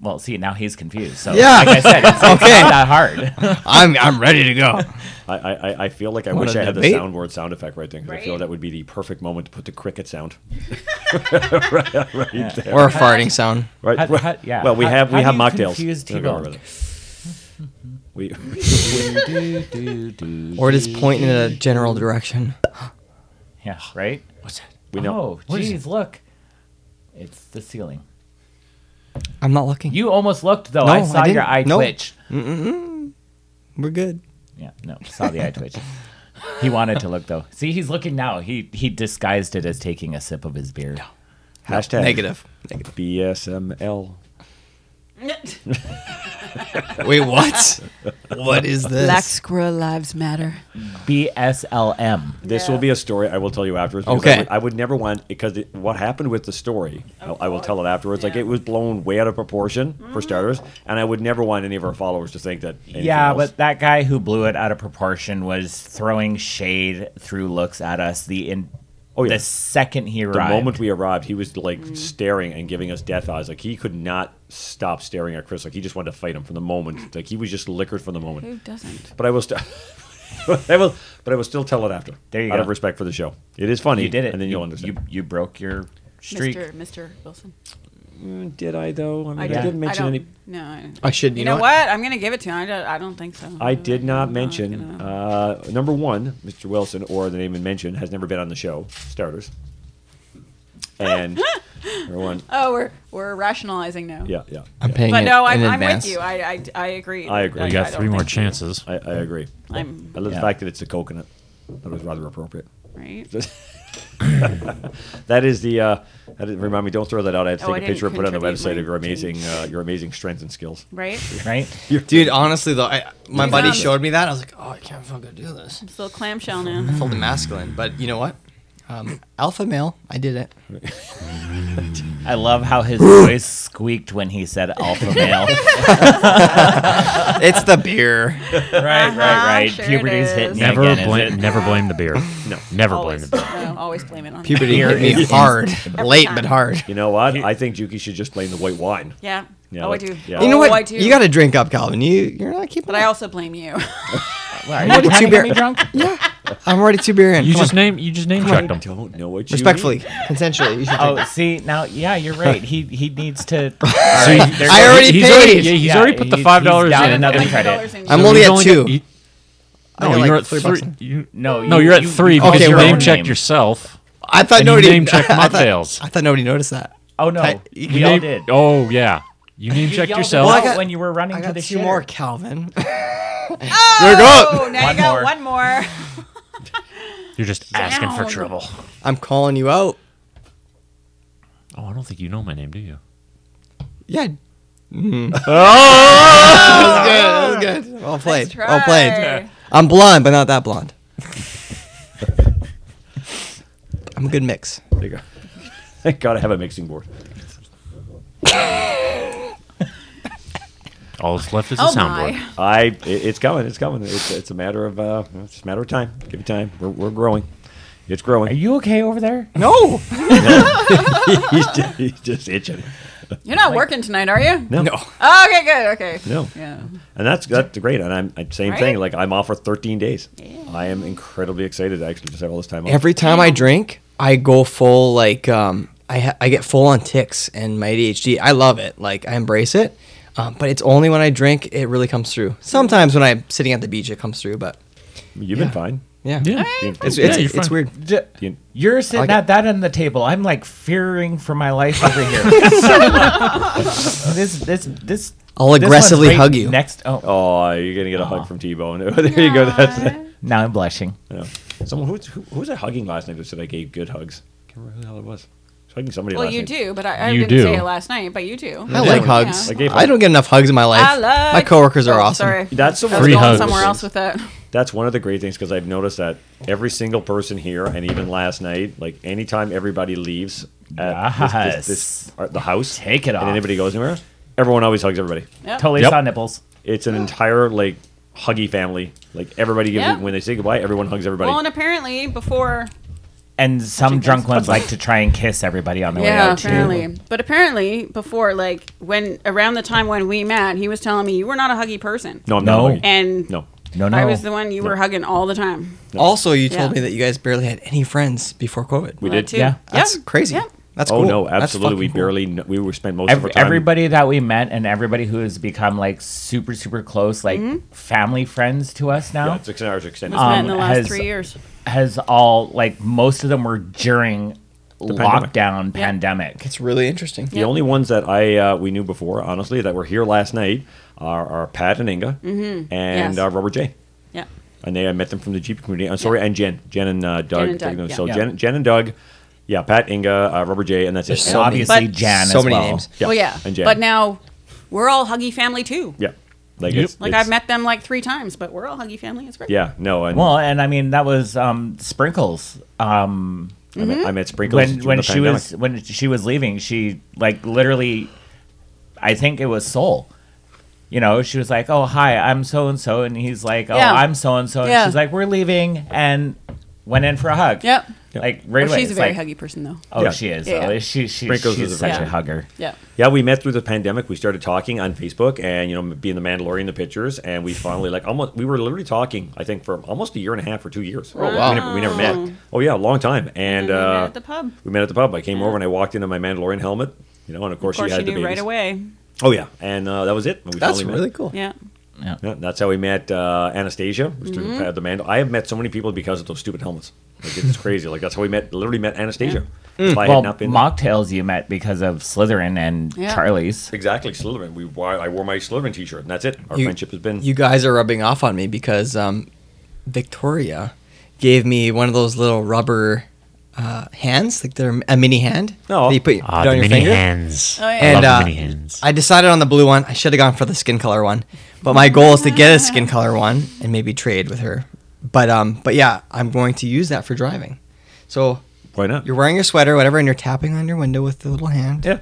Well, see, now he's confused. So,
Yeah.
like I said, it's, it's
Okay.
not that hard.
I'm I'm ready to go.
I, I, I- I feel like I
Wanna
wish I had the
debate?
soundboard sound effect right there because I feel
Right?
that would be the perfect moment to put the cricket sound.
Or a farting sound.
Right.
How-
right.
how- yeah.
Well, we
How-
have we
how do
have
you
mocktails.
confuse
Don't go
T-bone?
with it. We
Do, do, do.
Or just point in a general direction.
Yeah, right?
What's that?
we know.
Oh, jeez, look. It's the ceiling.
I'm not looking.
You almost looked, though.
No,
I
I
saw your
didn't.
eye
Nope.
twitch.
We're good.
Yeah, no, saw the eye twitch. He wanted to look, though. See, he's looking now. He he disguised it as taking a sip of his beer.
Hashtag
Negative. Negative.
BSML.
Wait, what? what is this?
Black squirrel lives matter.
BSLM.
This
Yeah.
will be a story I will tell you afterwards. because
Okay.
I would, I would never want because it, what happened with the story, I, I will tell it afterwards. Like
Yeah. Mm-hmm.
it was blown way out of proportion for starters, and I would never want any of our followers to think that. anything
Yeah,
else-
but that guy who blew it out of proportion was throwing shade through looks at us the in
Oh, yeah.
the second he arrived.
the moment we arrived, he was like
Mm-hmm.
staring and giving us death eyes. Like he could not stop staring at Chris. Like he just wanted to fight him from the moment. Like he was just liquored from the moment.
Who doesn't?
But I will still, I will, but I will still tell it after.
There you
out
go.
of respect for the show, it is funny.
you did it,
and then
you,
you'll understand.
You, you broke your streak.
Mr. Mr. Wilson.
Mm, Did I though? I mean, I,
don't-
didn't mention
I don't,
any.
No, I,
I shouldn't.
you, know, what? I'm gonna give it to him. I don't, I don't think so.
I did not
I'm
mention
gonna-
uh, number one, Mr. Wilson, or the name in mention has never been on the show. Starters. And number one,
oh, we're we're rationalizing now.
yeah, yeah,
I'm paying
But
it
no, I'm,
in
I'm
advance.
with you. I I, I agree.
I agree.
We
I
got
don't
three more
think you-
chances.
I, I agree.
I'm
I love
Yeah.
the fact that it's a coconut. That was rather appropriate.
right.
That is the. Uh, that is, remind me, don't throw that out. I had to
Oh, I
take a
didn't
picture and put it on the
contribute
website
my
of your
change.
amazing, uh, your amazing strengths and skills.
Right.
right?
Dude, honestly though, I, my
He's
buddy
on-
showed me that. I was like, oh, I can't fucking do this.
I'm still clamshell now.
Fully masculine, but you know what? Um, alpha male, I did it.
I love how his voice squeaked when he said alpha male.
It's the beer.
right, right, right.
Uh-huh, sure it
Puberty's hitting
is.
me
Never
again, is
blame,
it?
never blame the beer. No, never blame the
Always,
beer.
no, always blame it on me.
Puberty hit me hard, late but hard.
You know what? I think Juki should just blame the white wine.
Yeah.
Yeah,
Oh, I
like-
do.
yeah.
Oh,
You know what?
I do.
You got to drink up, Calvin. You you're not keeping.
But I
up.
also blame you.
Are you trying to get me drunk?
yeah, I'm already too beer in.
You
Come
just
on.
name you just name
I
checked them.
don't know what you
respectfully, consensually. You should drink.
Oh, see now, yeah, you're right. He he needs to.
I
I already
he's
paid.
Already, yeah, he's
Yeah,
already put the
he's-
five dollars
he's down
in.
another
and-
credit.
$100 in-
I'm
So
only
he's
at
got-
two.
you-
I
no,
got,
you're
like,
at
three
three.
bucks.
you-
No, you,
no, you're at
you-
three
you
because
Okay,
you
well-
name checked yourself.
I thought
And you
nobody
name checked
I thought-
mocktails.
I thought nobody noticed that.
Oh no,
I-
we
You
all
name-
did.
Oh yeah, you name checked
yelled it
yourself.
out
I got-
when you were running
I
to
got
the
two
shitter.
more, Calvin.
Oh, now
One
you got
more.
one more.
You're just asking for
Down.
trouble.
I'm calling you out.
Oh, I don't think you know my name, do you?
Yeah. Oh, Mm. that was good. That was good. Well played. Well played.
try.
I'm blonde, but not that blonde. I'm a good mix.
There you go. Thank God I have a mixing board.
All that's left is a
Oh
soundboard.
my.
I it- it's coming. It's coming. It's, it's a matter of uh, it's just a matter of time. Give it time. We're, we're growing. It's growing.
Are you okay over there?
No.
he's, just, he's just itching.
You're not working tonight, are you?
No, no,
Oh, okay, good. Okay.
no.
Yeah.
And that's that's great. And I'm I'm- same thing.
Right?
Like I'm off for 13 days. I am incredibly excited. I actually just have all this time off.
Every time I drink, I go full like um I ha- I get full on ticks and my ADHD. I love it. Like I embrace it. Um, but it's only when I drink it really comes through. Sometimes when I'm sitting at the beach it comes through, but
You've been fine.
yeah.
Yeah.
You've been-
It's it's,
you're
it's
fine.
weird.
D-
you-
You're sitting
like
at that end of the table. I'm like fearing for my life over here. this this this.
I'll
this one's
aggressively
right
hug you.
Next, oh,
Oh, you're gonna get a hug from T-Bone. there you go. That's
now I'm blushing.
yeah.
Uh,
someone who, who who was I hugging last night that said I gave good hugs? I can't remember who the hell it was. I was hugging somebody
Well,
last
you
night.
do, but I, I
You
didn't
do.
say it last night, but you do.
I like hugs.
I gave
I don't get enough hugs in my life.
I love.
my coworkers are
oh,
awesome.
Sorry.
That's the
I was
Free
going
hugs.
somewhere else with that.
That's one of the great things because I've noticed that every single person here, and even last night, like anytime everybody leaves at this- this- this-
Yes.
uh, the house,
Take it
and
off.
anybody goes anywhere, everyone always hugs everybody.
Yep.
Totally
Yep.
saw nipples.
It's an entire like huggy family. Like everybody gives
Yeah.
when they say goodbye, everyone hugs everybody.
Well, and apparently before.
And some drunk ones like to try and kiss everybody on the way
Yeah,
out Oh too.
apparently. But apparently before, like when around the time when we met, he was telling me you were not a huggy person.
no, I'm
No.
not. huggy.
And
no.
No, no.
I was the one you were hugging all the time.
Also, you told
Yeah.
me that you guys barely had any friends before COVID.
We
That
did.
too.
Yeah.
That's crazy.
Yep.
That's
Oh
cool.
no,
That's
absolutely. We
fucking cool.
barely kn- we were spent most of
Ev-
our time.
everybody that we met and everybody who has become like super super close, like family friends to us now,
Yeah, it's hours extended.
Met
Um,
in the last
has-
three years.
has all like most of them were during
pandemic.
lockdown pandemic.
It's really interesting.
The only ones that I uh, we knew before, honestly, that were here last night are, are Pat and Inga and
Mm-hmm. Yes.
uh, Robert J.
Yeah.
and they I met them from the Jeep community. I'm sorry, and Jen, Jen and uh, Doug.
Jen and Doug, yeah.
So
Yeah.
Jen, Jen and Doug, yeah, Pat, Inga, uh, Rubber J, and that's it.
There's
So
And
So many-
obviously
but-
Jan
so
as
many
well.
names.
Yeah,
Well, Oh, yeah.
and Jen.
But now we're all huggy family too.
yeah, like
Yep.
it's,
Like
it's-
I've met them like three times, but we're all huggy family. It's great.
Yeah, no, and
Well, and I mean that was um, sprinkles. Um,
I, met, I
Mm-hmm.
met Sprinkles
when
during
when
the
she
pandemic.
was when she was leaving, she like literally, I think it was Soul. You know, she was like, "Oh, hi, I'm so and so," and he's like, "Oh,
Yeah.
I'm so and so," and
Yeah.
she's like, "We're leaving," and went in for a hug.
Yep.
Like right
Well,
away.
she's a
It's
very
like,
huggy person though.
Oh,
Yeah.
she is.
Yeah.
though. She, she,
Sprinkles
she's
is a
such
very-
a hugger.
Yeah.
Yeah, we met through the pandemic. We started talking on Facebook, and you know, being the Mandalorian, the pictures, and we finally like almost we were literally talking. I think for almost a year and a half or two years. Oh
wow.
we never, we never met. Oh yeah, a long time. And,
we met
uh,
at the pub.
We met at the pub. I came over and I walked into my Mandalorian helmet, You know, and of course,
Of course,
she
you
had the
knew
babies.
right away.
Oh yeah, and uh, that was it. when we
That's
finally met.
really cool. Mm-hmm.
Yeah.
Yeah.
Yeah, that's how we met uh, Anastasia. Was through the, the mandal. I have met so many people because of those stupid helmets. Like it's crazy. Like that's how we met. Literally met Anastasia.
Mm.
If I had
Well,
not been
mocktails you met because of Slytherin and
Yeah.
Charlie's.
exactly Slytherin, we why I wore my Slytherin T-shirt, and that's it. Our
You-
friendship has been.
You guys are rubbing off on me because um, Victoria gave me one of those little rubber uh, hands, like they're a mini hand.
Oh.
that you put,
Ah,
put on
the
your
mini
finger.
hands.
Oh, yeah.
I
And
love
uh,
the mini hands.
I decided on the blue one. I should have gone for the skin color one, but my goal is to get a skin color one and maybe trade with her. But um, but yeah, I'm going to use that for driving. So
why not?
you're wearing your sweater, whatever, and you're tapping on your window with the little hand.
yeah.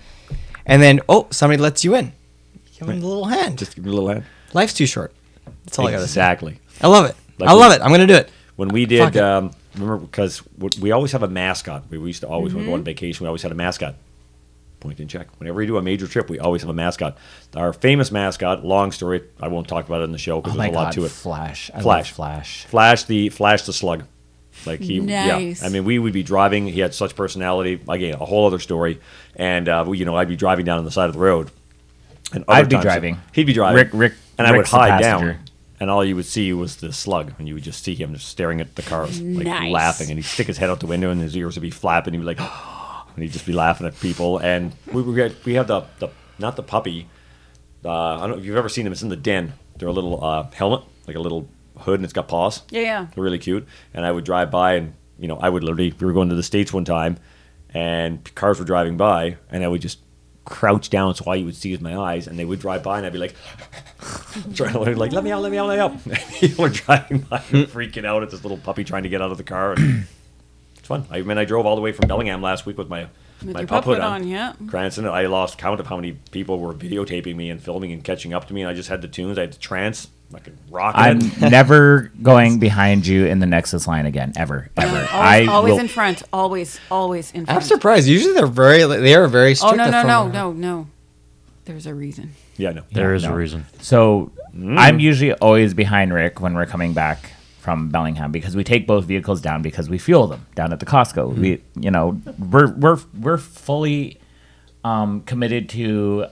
And then oh, somebody lets you in. Give them the little hand.
Just give me a little hand.
Life's too short. That's all I gotta say.
Exactly.
I love it.
Like
I
we-
love it. I'm gonna do it.
When we
Fuck
did,
it.
um, remember, because we always have a mascot. We we used to always when we
Mm-hmm.
go on vacation. We always had a mascot. Point and check. Whenever we do a major trip, we always have a mascot. Our famous mascot. Long story. I won't talk about it in the show because
Oh my
there's a lot
god,
to it.
Flash. I
Flash.
love Flash.
Flash the Flash the Slug. Like he,
Nice.
yeah. I mean, we would be driving. He had such personality. Again, a whole other story. And uh, we, you know, I'd be driving down on the side of the road. And other
I'd be
times-
driving.
He'd be driving.
Rick- Rick-
and I would
Rick's the
hide
passenger.
down, and all you would see was the slug, and you would just see him just staring at the cars, like
Nice.
laughing, and he'd stick his head out the window, and his ears would be flapping. He'd be like, and he'd just be laughing at people. And we we had, we had the, the not the puppy. Uh, I don't know if you've ever seen them. It's in the den. They're a little uh, helmet, like a little hood, and it's got paws.
Yeah, yeah.
They're really cute. And I would drive by, and you know, I would literally. We were going to the states one time, and cars were driving by, and I would just crouch down so all you would see is my eyes, and they would drive by, and I'd be like. Trying to learn, like, let me out, let me out, let me out. And People are driving by, and freaking out at this little puppy trying to get out of the car. It's fun. I mean, I drove all the way from Bellingham last week with my my
your
pup
pup
hood
hood
on.
on, yeah.
Cranston, I lost count of how many people were videotaping me and filming and catching up to me, and I just had the tunes. I had the trance, I could rock
I'm
it.
never going behind you in the Nexus line again, ever, ever.
Always,
I
always
will-
in front. Always, always in
I'm
front.
surprised. Usually they're very they are very
Oh
strict.
no, no,
from-
no, no, no. There's a reason.
Yeah, no.
there is
no.
a reason.
So I'm usually always behind Rick when we're coming back from Bellingham because we take both vehicles down because we fuel them down at the Costco. We, you know, we're we're we're fully um, committed to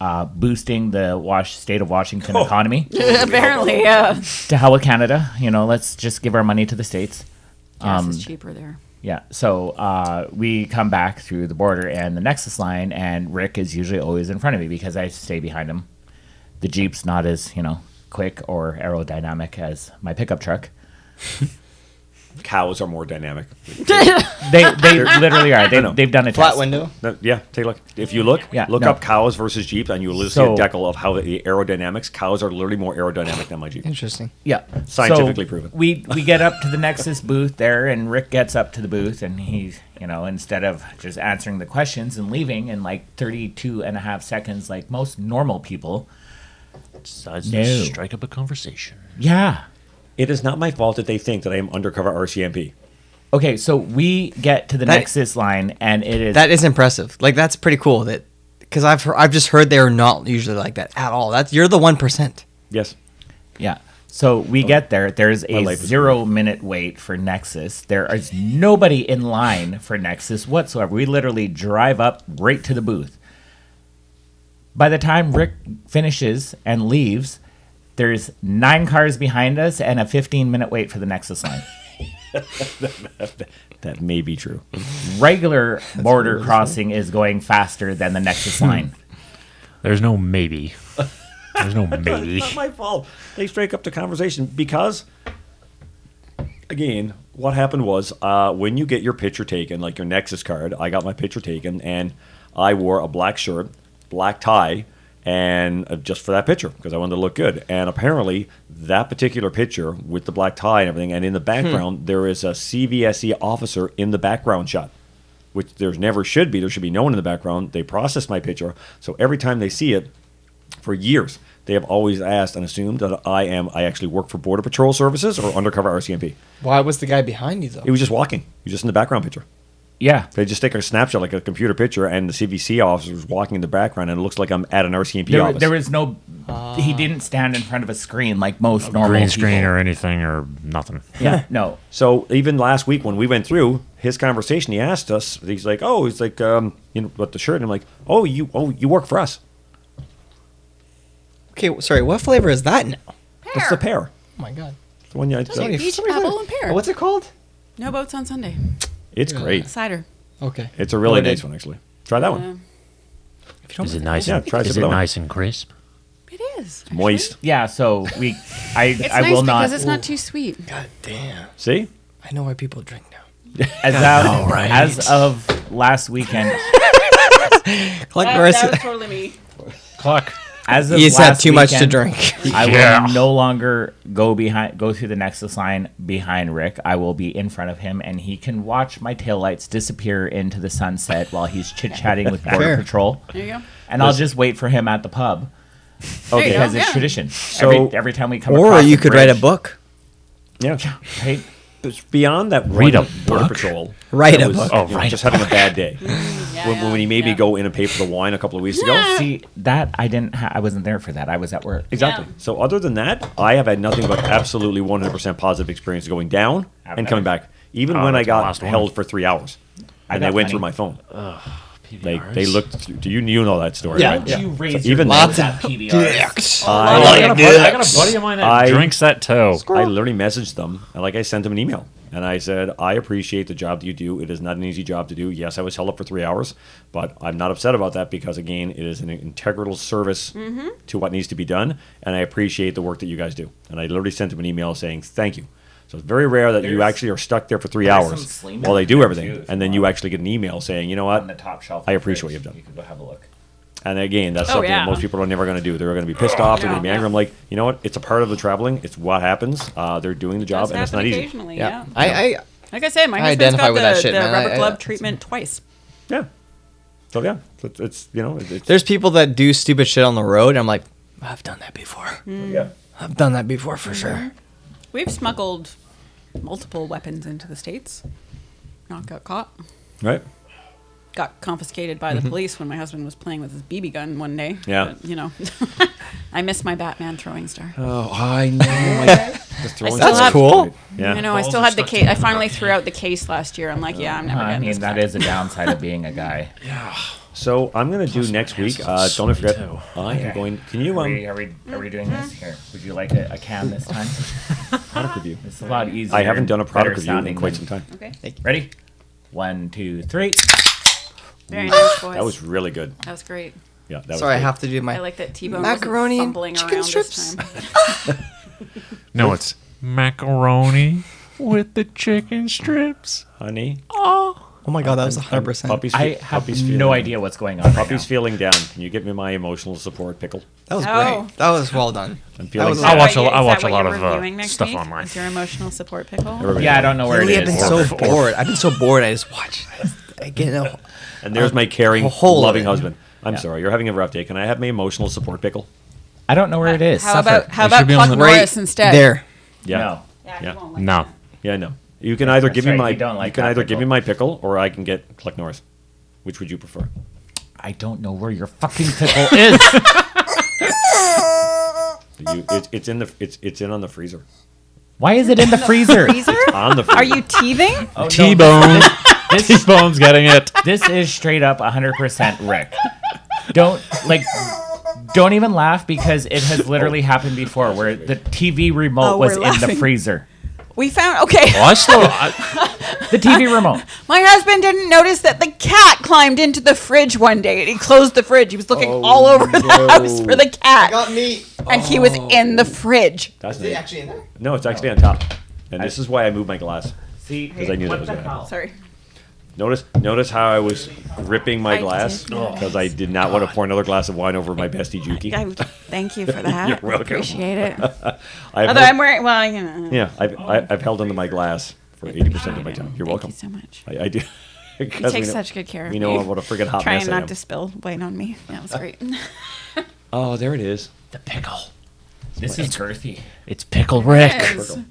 uh, boosting the wash state of Washington economy
Apparently, yeah.
to hell with Canada. You know, let's just give our money to the states.
Gas is cheaper there.
Yeah. So uh, we come back through the border and the Nexus line, and Rick is usually always in front of me because I stay behind him. The Jeep's not as, you know, quick or aerodynamic as my pickup truck.
Cows are more dynamic.
They they literally are. They,
know.
they've done a
Flat
test.
window.
No, yeah, take a look. If you look,
Yeah,
look
no.
up cows versus Jeeps, and you'll literally
So-
see a decal of how the aerodynamics. Cows are literally more aerodynamic than my Jeep.
Interesting.
Yeah.
Scientifically
So
proven.
We we get up to the Nexus booth there and Rick gets up to the booth and he's, you know, instead of just answering the questions and leaving in like 32 and a half seconds like most normal people.
Decides
No.
to strike up a conversation.
Yeah.
It is not my fault that they think that I am undercover RCMP.
Okay, so we get to the
That-
Nexus line, and it is
That is impressive. Like that's pretty cool. That because I've heard, I've just heard they're not usually like that at all. That's you're the one percent.
Yes.
yeah. So we get there. There's a
Oh. life is
zero minute wait for Nexus. There is nobody in line for Nexus whatsoever. We literally drive up right to the booth. By the time Rick finishes and leaves, there's nine cars behind us and a 15 minute wait for the Nexus line.
That may be true.
Regular border crossing is going faster than the Nexus line.
There's no maybe. There's no maybe.
It's not my fault. They strike up the conversation because, again, what happened was uh, when you get your picture taken, like your Nexus card, I got my picture taken and I wore a black shirt, black tie, and uh, just for that picture because I wanted to look good. And apparently, that particular picture with the black tie and everything, and in the background, there is a CVSE E officer in the background shot which there's never should be. There should be no one in the background. They process my picture, so every time they see it, for years they have always asked and assumed that I am I actually work for Border Patrol Services or undercover RCMP.
Why was the guy behind you though?
He was just walking. He was just in the background picture.
Yeah.
They just take a snapshot like a computer picture, and the CVC officer was walking in the background, and it looks like I'm at an RCMP
There,
office.
there is no he didn't stand in front of a screen like most normal
green screen
people.
or anything or nothing.
yeah, no.
So even last week when we went through his conversation, he asked us. He's like, "Oh, he's like, um, you know, about the shirt." And I'm like, "Oh, you, oh, you work for us.
Okay, sorry. What flavor is that now? Oh
That's the pear.
my god.
The one you had.
Somebody-
Peach,
somebody-
apple, and pear.
What's it called?
No boats on Sunday.
It's great.
Cider.
Okay.
It's a really
Well, they-
nice one, actually. Try that one.
If you don't
Is it
mind-
nice?
Yeah,
and,
try
is
some
it
of that.
nice and crisp?
It is.
Moist.
Yeah, so we I
It's
I
nice
will
because
not
it's not too sweet.
God damn.
See?
I know why people drink now.
as of, as of last weekend.
Like
Uh, totally me.
Clock.
As of
He's had
last
too much to
weekend,
drink.
I
Yeah.
will no longer go behind go through the Nexus line behind Rick. I will be in front of him and he can watch my taillights disappear into the sunset while he's chit chatting with Border
Fair.
Patrol.
There you go.
And I'll just wait for him at the pub.
There you go,
Oh, Because it's
yeah.
tradition.
So-
every, every time we come
Or
across
you
the
could write a
bridge,
book.
Yeah.
right?
It's beyond that
Read
one
a
Border
book?
Patrol.
Write
that
a
was,
book.
Oh,
you know,
write a
Just having a bad day.
Yeah,
when, when he made me
yeah.
go in and pay for the wine a couple of weeks ago.
See, that I didn't ha- I wasn't there for that. I was at work.
Exactly.
Yeah.
So other than that, I have had nothing but absolutely 100% positive experience going down
I've
and
never-
coming back. Even
Oh,
when I
that's the
got
last one.
held for three hours,
I
and they
got
went through
plenty.
my phone.
Oh,
They they looked. through- Do you you know that story?
Yeah.
Right?
You raise
even
your
lots
voice at PBR.
I,
I,
got a buddy, I got a buddy of mine that
I-
drinks that toe.
I literally messaged them and like I sent them an email and I said I appreciate the job that you do. It is not an easy job to do. Yes, I was held up for three hours, but I'm not upset about that because again, it is an integral service
Mm-hmm.
to what needs to be done, and I appreciate the work that you guys do. And I literally sent them an email saying thank you. So it's very rare that you
There's-
actually are stuck there for three
there's some
hours
Slim
while they
out
do
there,
everything,
too, if you
and then you
want.
actually get an email saying, you know
on the
what,
top shelf.
I
of the
appreciate what
fridge.
you've done.
You can go have a look.
and again, that's
Oh,
something
yeah.
that most people are never going to do. They're going to be pissed off. They're going to be
Yeah.
angry. I'm like, you know what? It's a part of the traveling. It's what happens. Uh, they're doing the job,
Does
and it's
happen
not easy.
occasionally,
Yeah.
yeah.
I, I
Like I said, my
I
husband's
identify
got
with
the,
that shit,
the
man.
rubber
I- I-
glove
that's-
treatment twice.
Yeah. So yeah, it's, it's you know, it's,
there's people that do stupid shit on the road. I'm like, I've done that before.
Mm-hmm.
yeah.
I've done that before for sure.
We've smuggled multiple weapons into the states. Not got caught.
right.
Got confiscated by
Mm-hmm.
the police when my husband was playing with his BB gun one day.
Yeah.
But, you know, I miss my Batman throwing star.
Oh, I know.
That's have- cool.
Yeah.
I know. I still had the case. I finally threw out the case last year. I'm like, yeah,
Oh,
I'm never
I
getting
mean,
this.
that
back.
is a downside of being a guy.
So I'm gonna do next
my ass
week.
is
Uh, don't
sweaty,
forget.
too.
I am going. Can you
Are
um?
we, are we, are we doing this here? Would you like a, a can this time?
Product review.
It's a lot easier.
I haven't done a
and
product
better
review in
sounding
quite some
than-
time.
Okay.
Ready? One, two, three.
Very nice voice.
That was really good.
That was great.
Yeah. That was
Sorry, I
good.
have to do my.
I like that T-bone macaroni
Macaroni and
wasn't fumbling
chicken
around
strips.
this time.
No, it's macaroni with the chicken strips.
honey.
oh my god, that was 100. percent
Puppies.
I
fe-
have
puppies
no
feeling-
idea what's going on. right
Puppies
now.
feeling down. Can you get me my emotional support pickle?
That was
Oh.
great. That was well done.
I'm
That
feeling.
was
I'll
I
Is
watch
that
a,
what
I
you-
watch
is
a
that
lot
what
of
you're reviewing
uh,
next
stuff
week?
online.
Is your emotional support pickle?
Everybody-
Yeah, I don't know where
Lately,
it
I've been
is.
so
Or- or-
bored. I've been so bored. I just watch. I get no.
And there's my caring,
a whole of
loving
it.
husband. I'm sorry, you're having a rough day. Can I have my emotional support pickle?
I don't know where it is.
How
Suffer.
about how
It should
about
be on
Chuck
the-
Norris instead?
There.
Yeah.
No.
Yeah.
No.
Yeah, no. You can either
that's
give me
right,
my
you don't like
you can
that
either give me
pickle.
my pickle or I can get Cluck Norris. Which would you prefer?
I don't know where your fucking pickle is.
You, it's, it's in the it's it's in on the freezer.
Why is it in the freezer?
Freezer?
On the freezer.
Are you teething?
Oh, no,
T-bone. T-bone's getting it.
this is straight up 100% Rick. Don't like don't even laugh because it has literally happened before where the TV remote
Oh,
was in
we're
the
laughing.
freezer.
We found okay.
Well, Oh, I still. I,
The TV remote.
My husband didn't notice that the cat climbed into the fridge one day and he closed the fridge. He was looking all over the house for the cat
me.
and he was in the fridge.
That's
Is it
not-
actually in there?
No, it's actually on top. And this is why I moved my glass.
See,
'Cause I knew that was gonna happen.
Sorry.
Notice notice how I was ripping Oh, my
I
glass
did notice.
because I did not want to pour another glass of wine over my bestie Juki.
I, thank you for that.
You're welcome.
Appreciate it.
I've
Although
held-
I'm wearing well, you know.
yeah, I've, I, I've held onto my glass for eighty percent of my time. You're
Thank
welcome.
you so much.
I, I do. You
You take such good care of
We know
me.
what a freaking hot
Trying
mess I
not
am.
to spill wine on me. That was great.
oh, there it is.
the pickle.
This is girthy.
It's pickle Rick.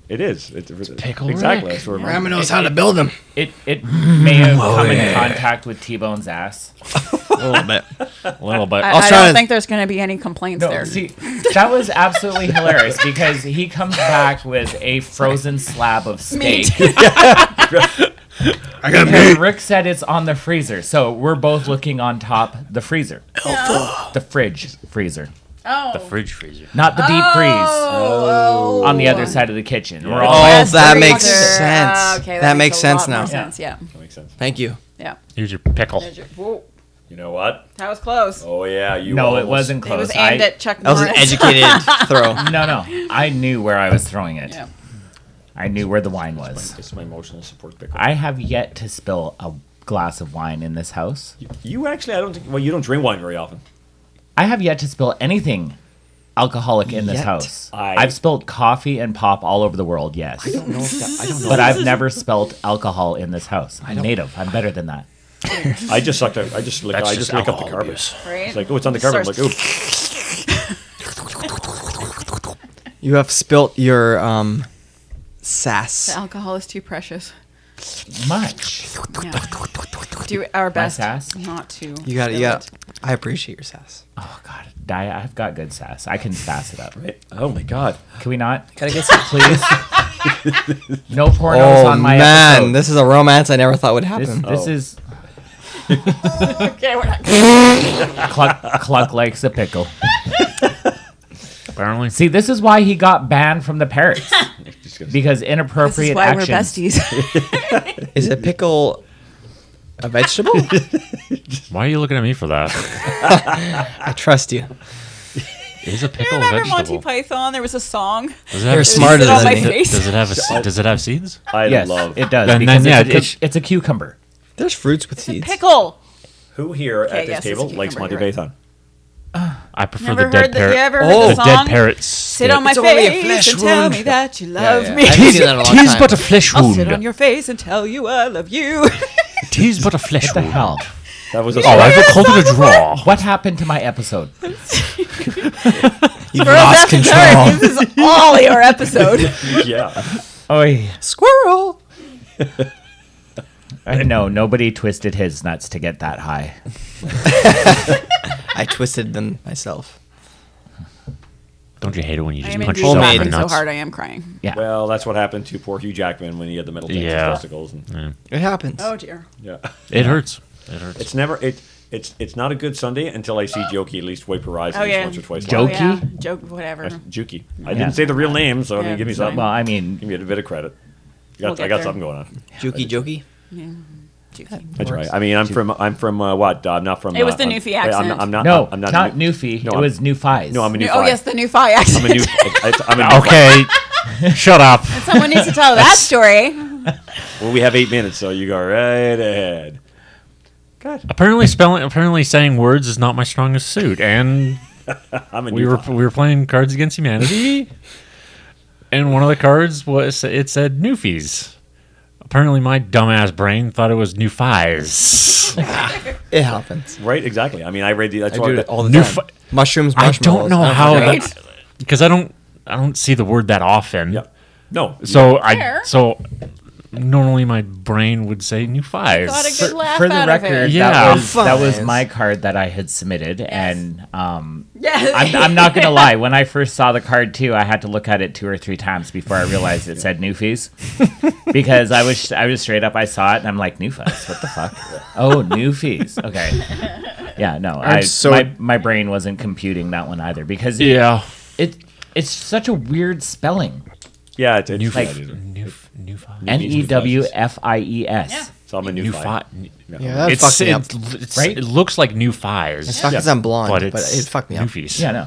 It is. It's, it's
pickle
Exactly.
Rick.
That's where we're-
Grandma knows how to build them.
It it may have come in contact with T-Bone's ass.
little bit.
A little bit.
I, I
try
don't
to-
think there's going to be any complaints
No,
there.
see, that was absolutely hilarious because he comes back with a frozen slab of
Me
steak.
too.
I got
And Rick said it's on the freezer, so we're both looking on top the freezer, the fridge freezer,
Oh.
the fridge freezer.
not the deep freeze
Oh.
on the other side of the kitchen. We're all
Oh,
Yes,
that
there you
makes
go.
sense.
Ah, okay,
that, makes,
a lot
sense
more
now.
sense, Yeah.
That makes sense.
Thank you.
Yeah.
Here's your pickle.
There's your- whoa,
You know what?
That was close.
Oh yeah, you.
no, it
almost-
wasn't
It
close.
was aimed
I,
at Chuck
That was an
Norris.
educated throw.
no, no, I knew where I was throwing it.
Yeah.
I knew where the wine was.
This is my emotional support pickle.
I have yet to spill a glass of wine in this house.
you actually, I don't think. Well, you don't drink wine very often.
I have yet to spill anything alcoholic in this
Yet.
house.
I-
I've spilled coffee and pop all over the world, yes.
No, I don't know.
But I've never spilled alcohol in this house. I'm native. I'm better than that.
I just sucked. Out, I just lick.
That's
I
just
just lick up the
alcohol
carpet.
abuse.
Right?
It's like, oh, it's on the carpet. I'm like,
Starts-
oh,
You have spilt your um, sass.
Alcohol is too precious.
Much.
Yeah. Do our best
sass?
not to.
You got
spill
it. You got. I appreciate your sass.
Oh god. Di- I've got good sass. I can sass it up.
oh my god.
Can we not?
Gotta get some.
Please. no pornos
Oh
on my
man,
episode.
this is a romance I never thought would happen.
This, this
Oh.
is
Oh.
Okay, we're not.
Cluck Cluck likes a pickle.
Apparently.
See, this is why he got banned from the parrots. Because
This is
inappropriate
why
actions.
we're besties.
Is a pickle a vegetable?
Why are you looking at me for that?
I trust you.
Is a
you
pickle a
remember Monty
vegetable?
Python? There was a song.
Does it
They're
have seeds?
smarter
Sit on
than
my
me.
face.
Does it have se- does it have seeds?
I
Yes,
love
it does.
Then-
because
then, yeah,
it's, a
it's-
cu- it's a cucumber.
There's fruits with seeds.
Pickle.
who here
Okay,
at this
yes, it's a
table likes
cucumber,
Monty
you're right.
Python.
I prefer
Never
the dead
heard that.
parrot.
You ever
Oh,
heard
the
the
dead
song?
parrot.
Sit on my
It's only a
face
flesh
and tell
wound.
me that you
Oh, Yeah,
love
yeah. I
me.
haven't seen that in a long
Tis
time.
but a flesh
I'll sit on
wound.
your face and tell you I love you.
Tis but a flesh
The
wound.
hell?
That was a
Oh, I recalled it a draw.
What happened to my episode?
You've
Girls
lost
after dark.
control.
This is all your episode.
yeah.
Oy.
Squirrel.
I know nobody twisted his nuts to get that high.
I twisted them myself.
Don't you hate it when you
I
just
am
punch
indeed
yourself in the
laughing so
nuts?
hard I am crying.
Yeah.
Well, that's what happened to poor Hugh Jackman when he had the metal yeah.
Yeah.
testicles. And,
It happens.
Oh dear.
yeah.
It hurts. It hurts.
It's never it. It's it's not a good Sunday until I see Jokey at least wipe her eyes
Oh,
at least
yeah.
once or twice.
Jokey?
Oh, yeah. Joke, whatever.
That's Juki. I
Yeah.
didn't say the real name, so I
Uh-huh. Yeah,
mean, give me
it's
something.
well, I
Give
mean,
me a bit of credit. I got,
We'll get
I got
there.
something going on.
Jokey, jokey.
Yeah. Jokey.
That's right. I mean, I'm from I'm from uh, what? Uh, I'm not from.
It was
uh,
the
I'm-
Newfie
wait, I'm not-
accent.
I'm not.
no,
I'm
not,
not. New-
Newfie.
No,
it
I'm-
was New Fies.
No, I'm a new.
oh
fi-
yes, the new Fi accent.
I'm a new. it's- I'm a new
Okay. Shut up.
Someone needs to tell that story.
Well, we have eight minutes, so you go right ahead. Good.
Apparently, spelling. Apparently, saying words is not my strongest suit, and
I'm a
we
new
were
fi-
we were playing Cards Against Humanity, and one of the cards was it said Newfies. Apparently, my dumbass brain thought it was Newfies.
It happens.
right. Exactly. I mean, I read the. That's
I
why
do it all the
New
time.
fi-
Mushrooms,
I
marshmallows.
don't know how
forget.
because I don't I don't see the word that often.
Yep. No.
So I
Fair.
so normally my brain would say
Got a
Newfies.
good laugh
for the
out
record,
of it.
Yeah.
that was that was
Fies.
my card that I had submitted, and um,
Yeah.
I'm, I'm not gonna lie. When I first saw the card too, I had to look at it two or three times before I realized it said Newfies, because I was I was straight up. I saw it and I'm like Newfies. What the fuck? Oh, Newfies. Okay. Yeah. No. I
so-
my my brain wasn't computing that one either because it,
Yeah.
it it's such a weird spelling.
Yeah. It's, it's
New
like,
Newf Newfies.
N e w f i e
Yeah.
s.
So I'm a new.
New
fi-
Yeah, that
It's,
fucked me up.
it's, it's-
Right?
It looks like new fives,
Fuck, 'cause I'm blonde,
but
but,
it's
it fucked me up.
Newfies.
Yeah. No.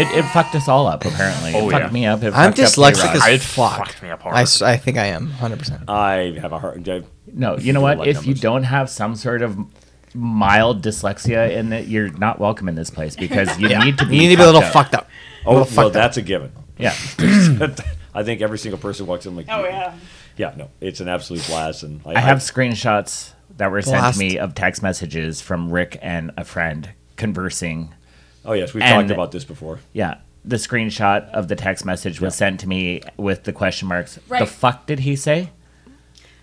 It, it fucked us all up apparently.
Oh,
it fucked
yeah.
me up. It
I'm
fucked up
dyslexic
J-Rock.
as
It
fuck.
fucked me Uh, up hard.
I, s- I think I am 100%.
I have a hard. I,
No, you know
I
what?
like
If you
numbers.
don't have some sort of mild dyslexia in it, you're not welcome in this place because you need to be.
You need to be a little
fucked up.
fucked up.
oh,
fuck
well,
that.
that's a given.
Yeah,
I think every single person walks in like.
Oh yeah.
Yeah. No. It's an absolute blast, and I,
I have screenshots that were sent
Blast.
to me of text messages from Rick and a friend conversing.
Oh yes, we've
And-
talked about this before.
Yeah, the screenshot of the text message was sent to me with the question marks. The
Right.
fuck did he say?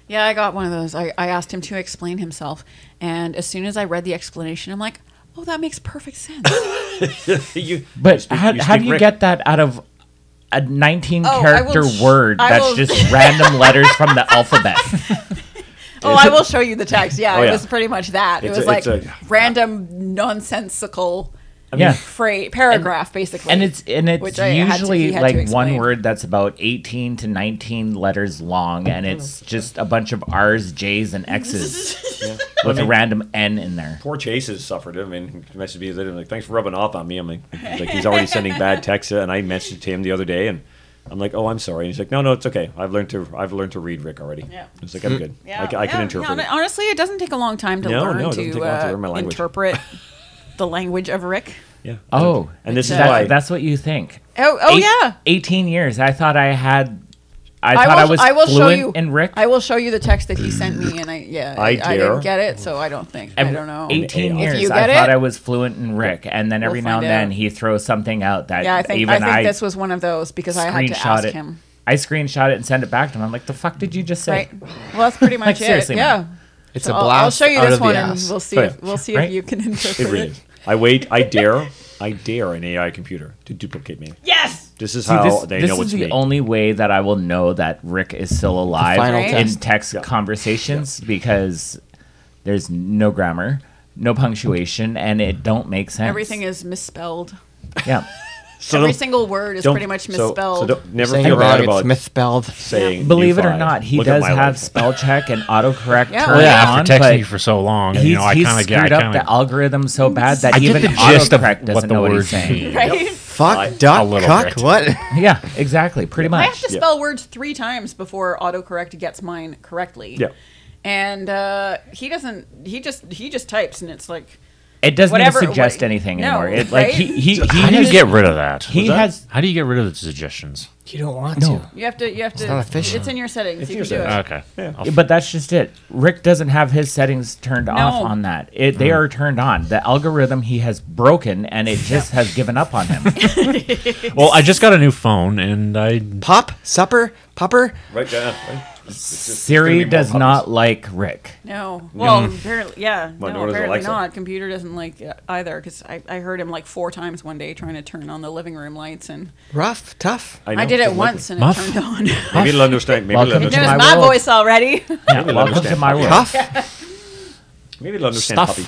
Yeah, I got one of those. I, I asked him to explain himself. And as soon as I read the explanation, I'm like, oh, that makes perfect sense.
you,
But
you speak-
how, how
speak
do you
Rick.
get that out of a 19
Oh, I
character
will sh-
word
I
that's
will-
just random letters from the alphabet?
oh, I will show you the text. Yeah,
Oh,
it
yeah.
was pretty much that.
It's
it
a-
was like
it's a-
random, nonsensical
yeah.
phrase, paragraph, basically.
And it's and it's
Which I had to-
usually
he had to
like one
explain.
word that's about 18 to 19 letters long and
Mm-hmm.
it's just a bunch of R's, J's and X's with a random N in there.
Poor Chase has suffered. I mean, he messaged me the other day, like, thanks for rubbing off on me. I'm like, he's like, he's already sending bad texts, and I messaged him the other day, and I'm like, oh, I'm sorry. And he's like, no, no, it's okay. I've learned to, I've learned to read Rick already.
Yeah.
It's like I'm good. I, ca- I can
yeah,
interpret.
yeah,
it.
honestly, it doesn't take a long time to
No,
learn
no, it doesn't
to,
take long to
uh,
learn my language.
interpret the language of Rick.
Yeah.
Oh,
and this is
That-
why.
that's what you think.
Oh, oh
Eight-
yeah.
18 years. I thought I had I,
I
thought
will,
I was
I will show
fluent
you
in Rick.
I will show you the text that he sent me, and I yeah,
I
I, I
dare.
didn't get it, so I don't think I don't know.
18
If
years.
you
I
get
thought
it,
I was fluent in Rick, and then every
we'll
now and
find
then
out.
he throws something out that
Yeah, I think
even
I think this was one of those because I had to
screenshot
ask
it.
him.
I screenshot it and sent it back to him. I'm like, the fuck did you just say?
Right. Well, that's pretty much it.
seriously,
yeah.
It's
So
a
I'll-
blast.
I'll show you
out
this
of the
one, and
ass.
we'll see.
Oh,
If,
yeah.
we'll see
Right?
if you can interpret
It
it.
really is. I wait. I dare. I dare an AI computer to duplicate me.
Yes.
This is
See,
how
this
they
this
know
is
it's
the
me.
only way that I will know that Rick is still alive
final
in
test.
text conversations because there's no grammar, no punctuation, and it don't make sense.
Everything is misspelled.
yeah.
So
Every
don't-
single word is
don't-
pretty much
so- so
misspelled.
don't- never
Saying
feel
you're
bad
wrong, it's
about
misspelled.
saying.
Believe it or
"Newfie."
not, he
Look at
does
my
have
life.
spell check and autocorrect
Yeah.
turned
Oh,
Well,
Early
yeah,
on,
after texting
but
you for so long,
he's,
you know, I
he's
kind of
screwed
get. I
up
kind
the algorithm so bad that
I get
even
the gist
autocorrect
of what
doesn't
the
know what he's
words
saying.
mean.
right.
Fuck,
a
duck,
little
cuck,
bit.
what?
Yeah, exactly. Pretty much.
I have to spell words three times before autocorrect gets mine correctly.
Yeah.
And uh, he doesn't. He just he just types, and it's like
It doesn't
Whatever-
even suggest
what-
anything
no,
anymore. It, like
right?
he he, he
How do you
has-
get rid of that?
he has
How do you get rid of the suggestions?
You don't want
no,
you have to you have to.
not efficient.
It's in your settings. you
your
can do it.
Okay. I'll f-
but that's just it. Rick doesn't have his settings turned off on that. It, they are turned on. The algorithm he has broken, and it just has given up on him.
well, I just got a new phone, and I
Pop, supper, pupper.
Right, yeah, right.
Siri
gonna be more
does
puppies.
not like Rick.
No. Well, apparently, yeah.
Well,
no,
nor does
apparently
Alexa.
not. Computer doesn't like it either because I, I heard him like four times one day trying to turn on the living room lights, and
Rough, tough.
I, did
know.
it once and
Muff.
it turned on. There's
Maybe it'll understand. Maybe it'll
Welcome to
understand.
my
my
world.
voice already.
Yeah,
Maybe they'll
welcome to
understand
my
puppy.
world.
Puff.
Maybe it'll understand
Stuff.
puppy.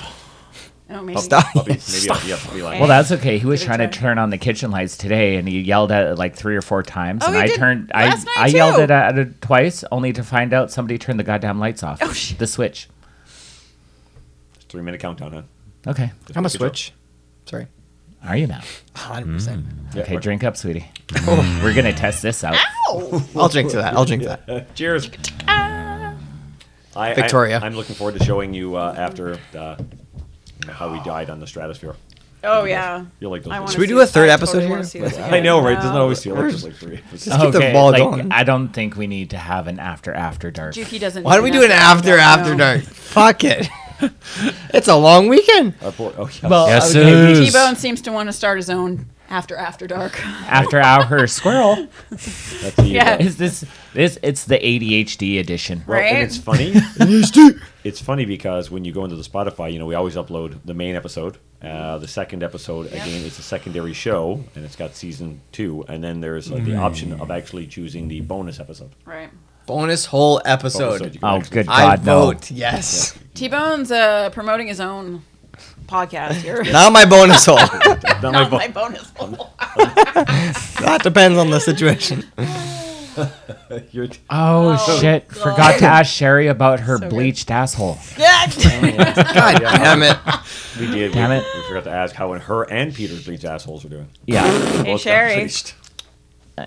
oh, maybe.
Stop.
Puppy. Maybe I'll, yeah, puppy language.
Well, that's okay. He was
Give it a
trying to
try.
turn on the kitchen lights today, and he yelled at it like three or four times.
Oh,
and
he
I
did
turned.
last
I
night,
I yelled
too.
it at it twice, only to find out somebody turned the goddamn lights off.
Oh, shit.
The switch.
Three minute countdown, huh?
Okay.
Just
I'm a
make it short.
switch. Sorry.
Are you now?
100%.
Yeah,
Okay,
right.
drink up, sweetie. We're gonna test this out.
I'll drink to that. I'll drink to that.
Cheers. I,
Victoria.
I, am looking forward to showing you uh, after uh, how we died on the stratosphere.
Oh yeah.
You'll like those.
I wanna
videos.
Should we
see
do a
this.
third
I
episode
totally
here?
wanna see this
I
I
again.
know, right? Doesn't it
Wow.
always feel like there's like three.
Just keep the ball
like,
going.
I don't think we need to have an after after dark.
Juki doesn't.
Why don't we do an after after
No.
dark? Fuck it. It's a long weekend.
Our poor- oh, yes.
Well,
Yes,
okay,
it
we-
is.
T-Bone seems to want to start his own after after dark.
after hour squirrel
that's the,
yeah.
is this this it's the ADHD edition.
Well, and
Right?
it's funny. it's funny because when you go into the Spotify, you know, we always upload the main episode. Uh, the second episode, again, is a secondary show, and it's got season two. And then there's like, the
Mm.
option of actually choosing the bonus episode.
Right.
Bonus whole
Bonus
episode.
episode you can
Oh,
actually-
good
I
God, no!
vote yes.
T-Bone's uh, promoting his own podcast here.
Not my bonus hole.
Not my
Not
bo-
my bonus hole.
that depends on the situation.
You're-
Oh,
Oh,
shit!
God.
Forgot to ask Sherry about her
good.
bleached asshole.
God damn it.
we did.
Damn
we,
it.
we forgot to ask how her and Peter's bleached assholes are doing.
Yeah,
hey
Both got
Sherry,
bleached.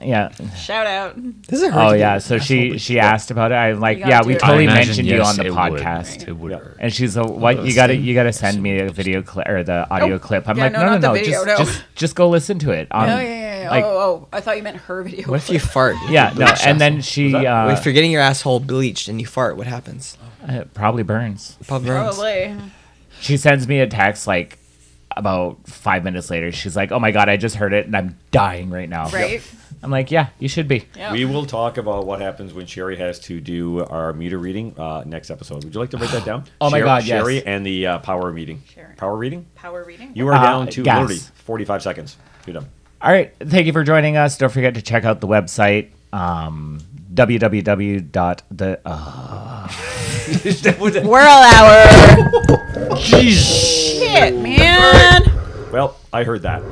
yeah.
shout out.
This is
Oh yeah. So she she asked about it. I'm like,
You gotta
yeah,
do
we
it.
totally
I imagine,
mentioned you
yes,
on the
it would.
podcast.
It would.
Yeah.
hurt.
And she's like, "What? You gotta, you gotta send me a video clip or the audio
Oh,
clip." I'm
yeah,
like,
no,
"No, no,
not the
no,
video,
just,
no."
just, just go listen to it." On,
Oh yeah, yeah, yeah.
like-
oh, oh, I thought you meant her video.
What if you fart?
yeah, no.
Bleached
And then
asshole.
she uh,
if you're getting your asshole bleached and you fart, what happens?
uh, probably burns.
Pop burns.
Probably.
She sends me a text like about five minutes later. She's like, "Oh my god, I just heard it and I'm dying right now."
Right.
I'm like, yeah, you should be.
Yeah.
We will talk about what happens when Sherry has to do our meter reading uh, next episode. Would you like to write that down?
Oh my
Sherry-
God, yes.
Sherry and the uh, power meeting.
Sherry.
Power reading?
Power reading.
You are
Uh,
down to
gas.
literally 45 seconds. You're done.
All right. Thank you for joining us. Don't forget to check out the website um, www.the. Uh,
Whirl hour.
Jeez.
Shit, man.
Well, I heard that.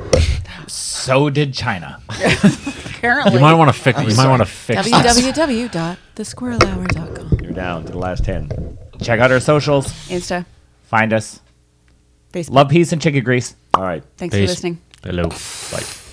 so did China.
Apparently.
You might want to fix. You might want to fix. this.
www.thesquirrelhour.com.
You're down to the last 10.
Check out our socials.
Insta,
Find us.
Facebook.
Love, peace, and chicken grease.
All right.
Thanks
Peace.
for listening.
Hello. Bye.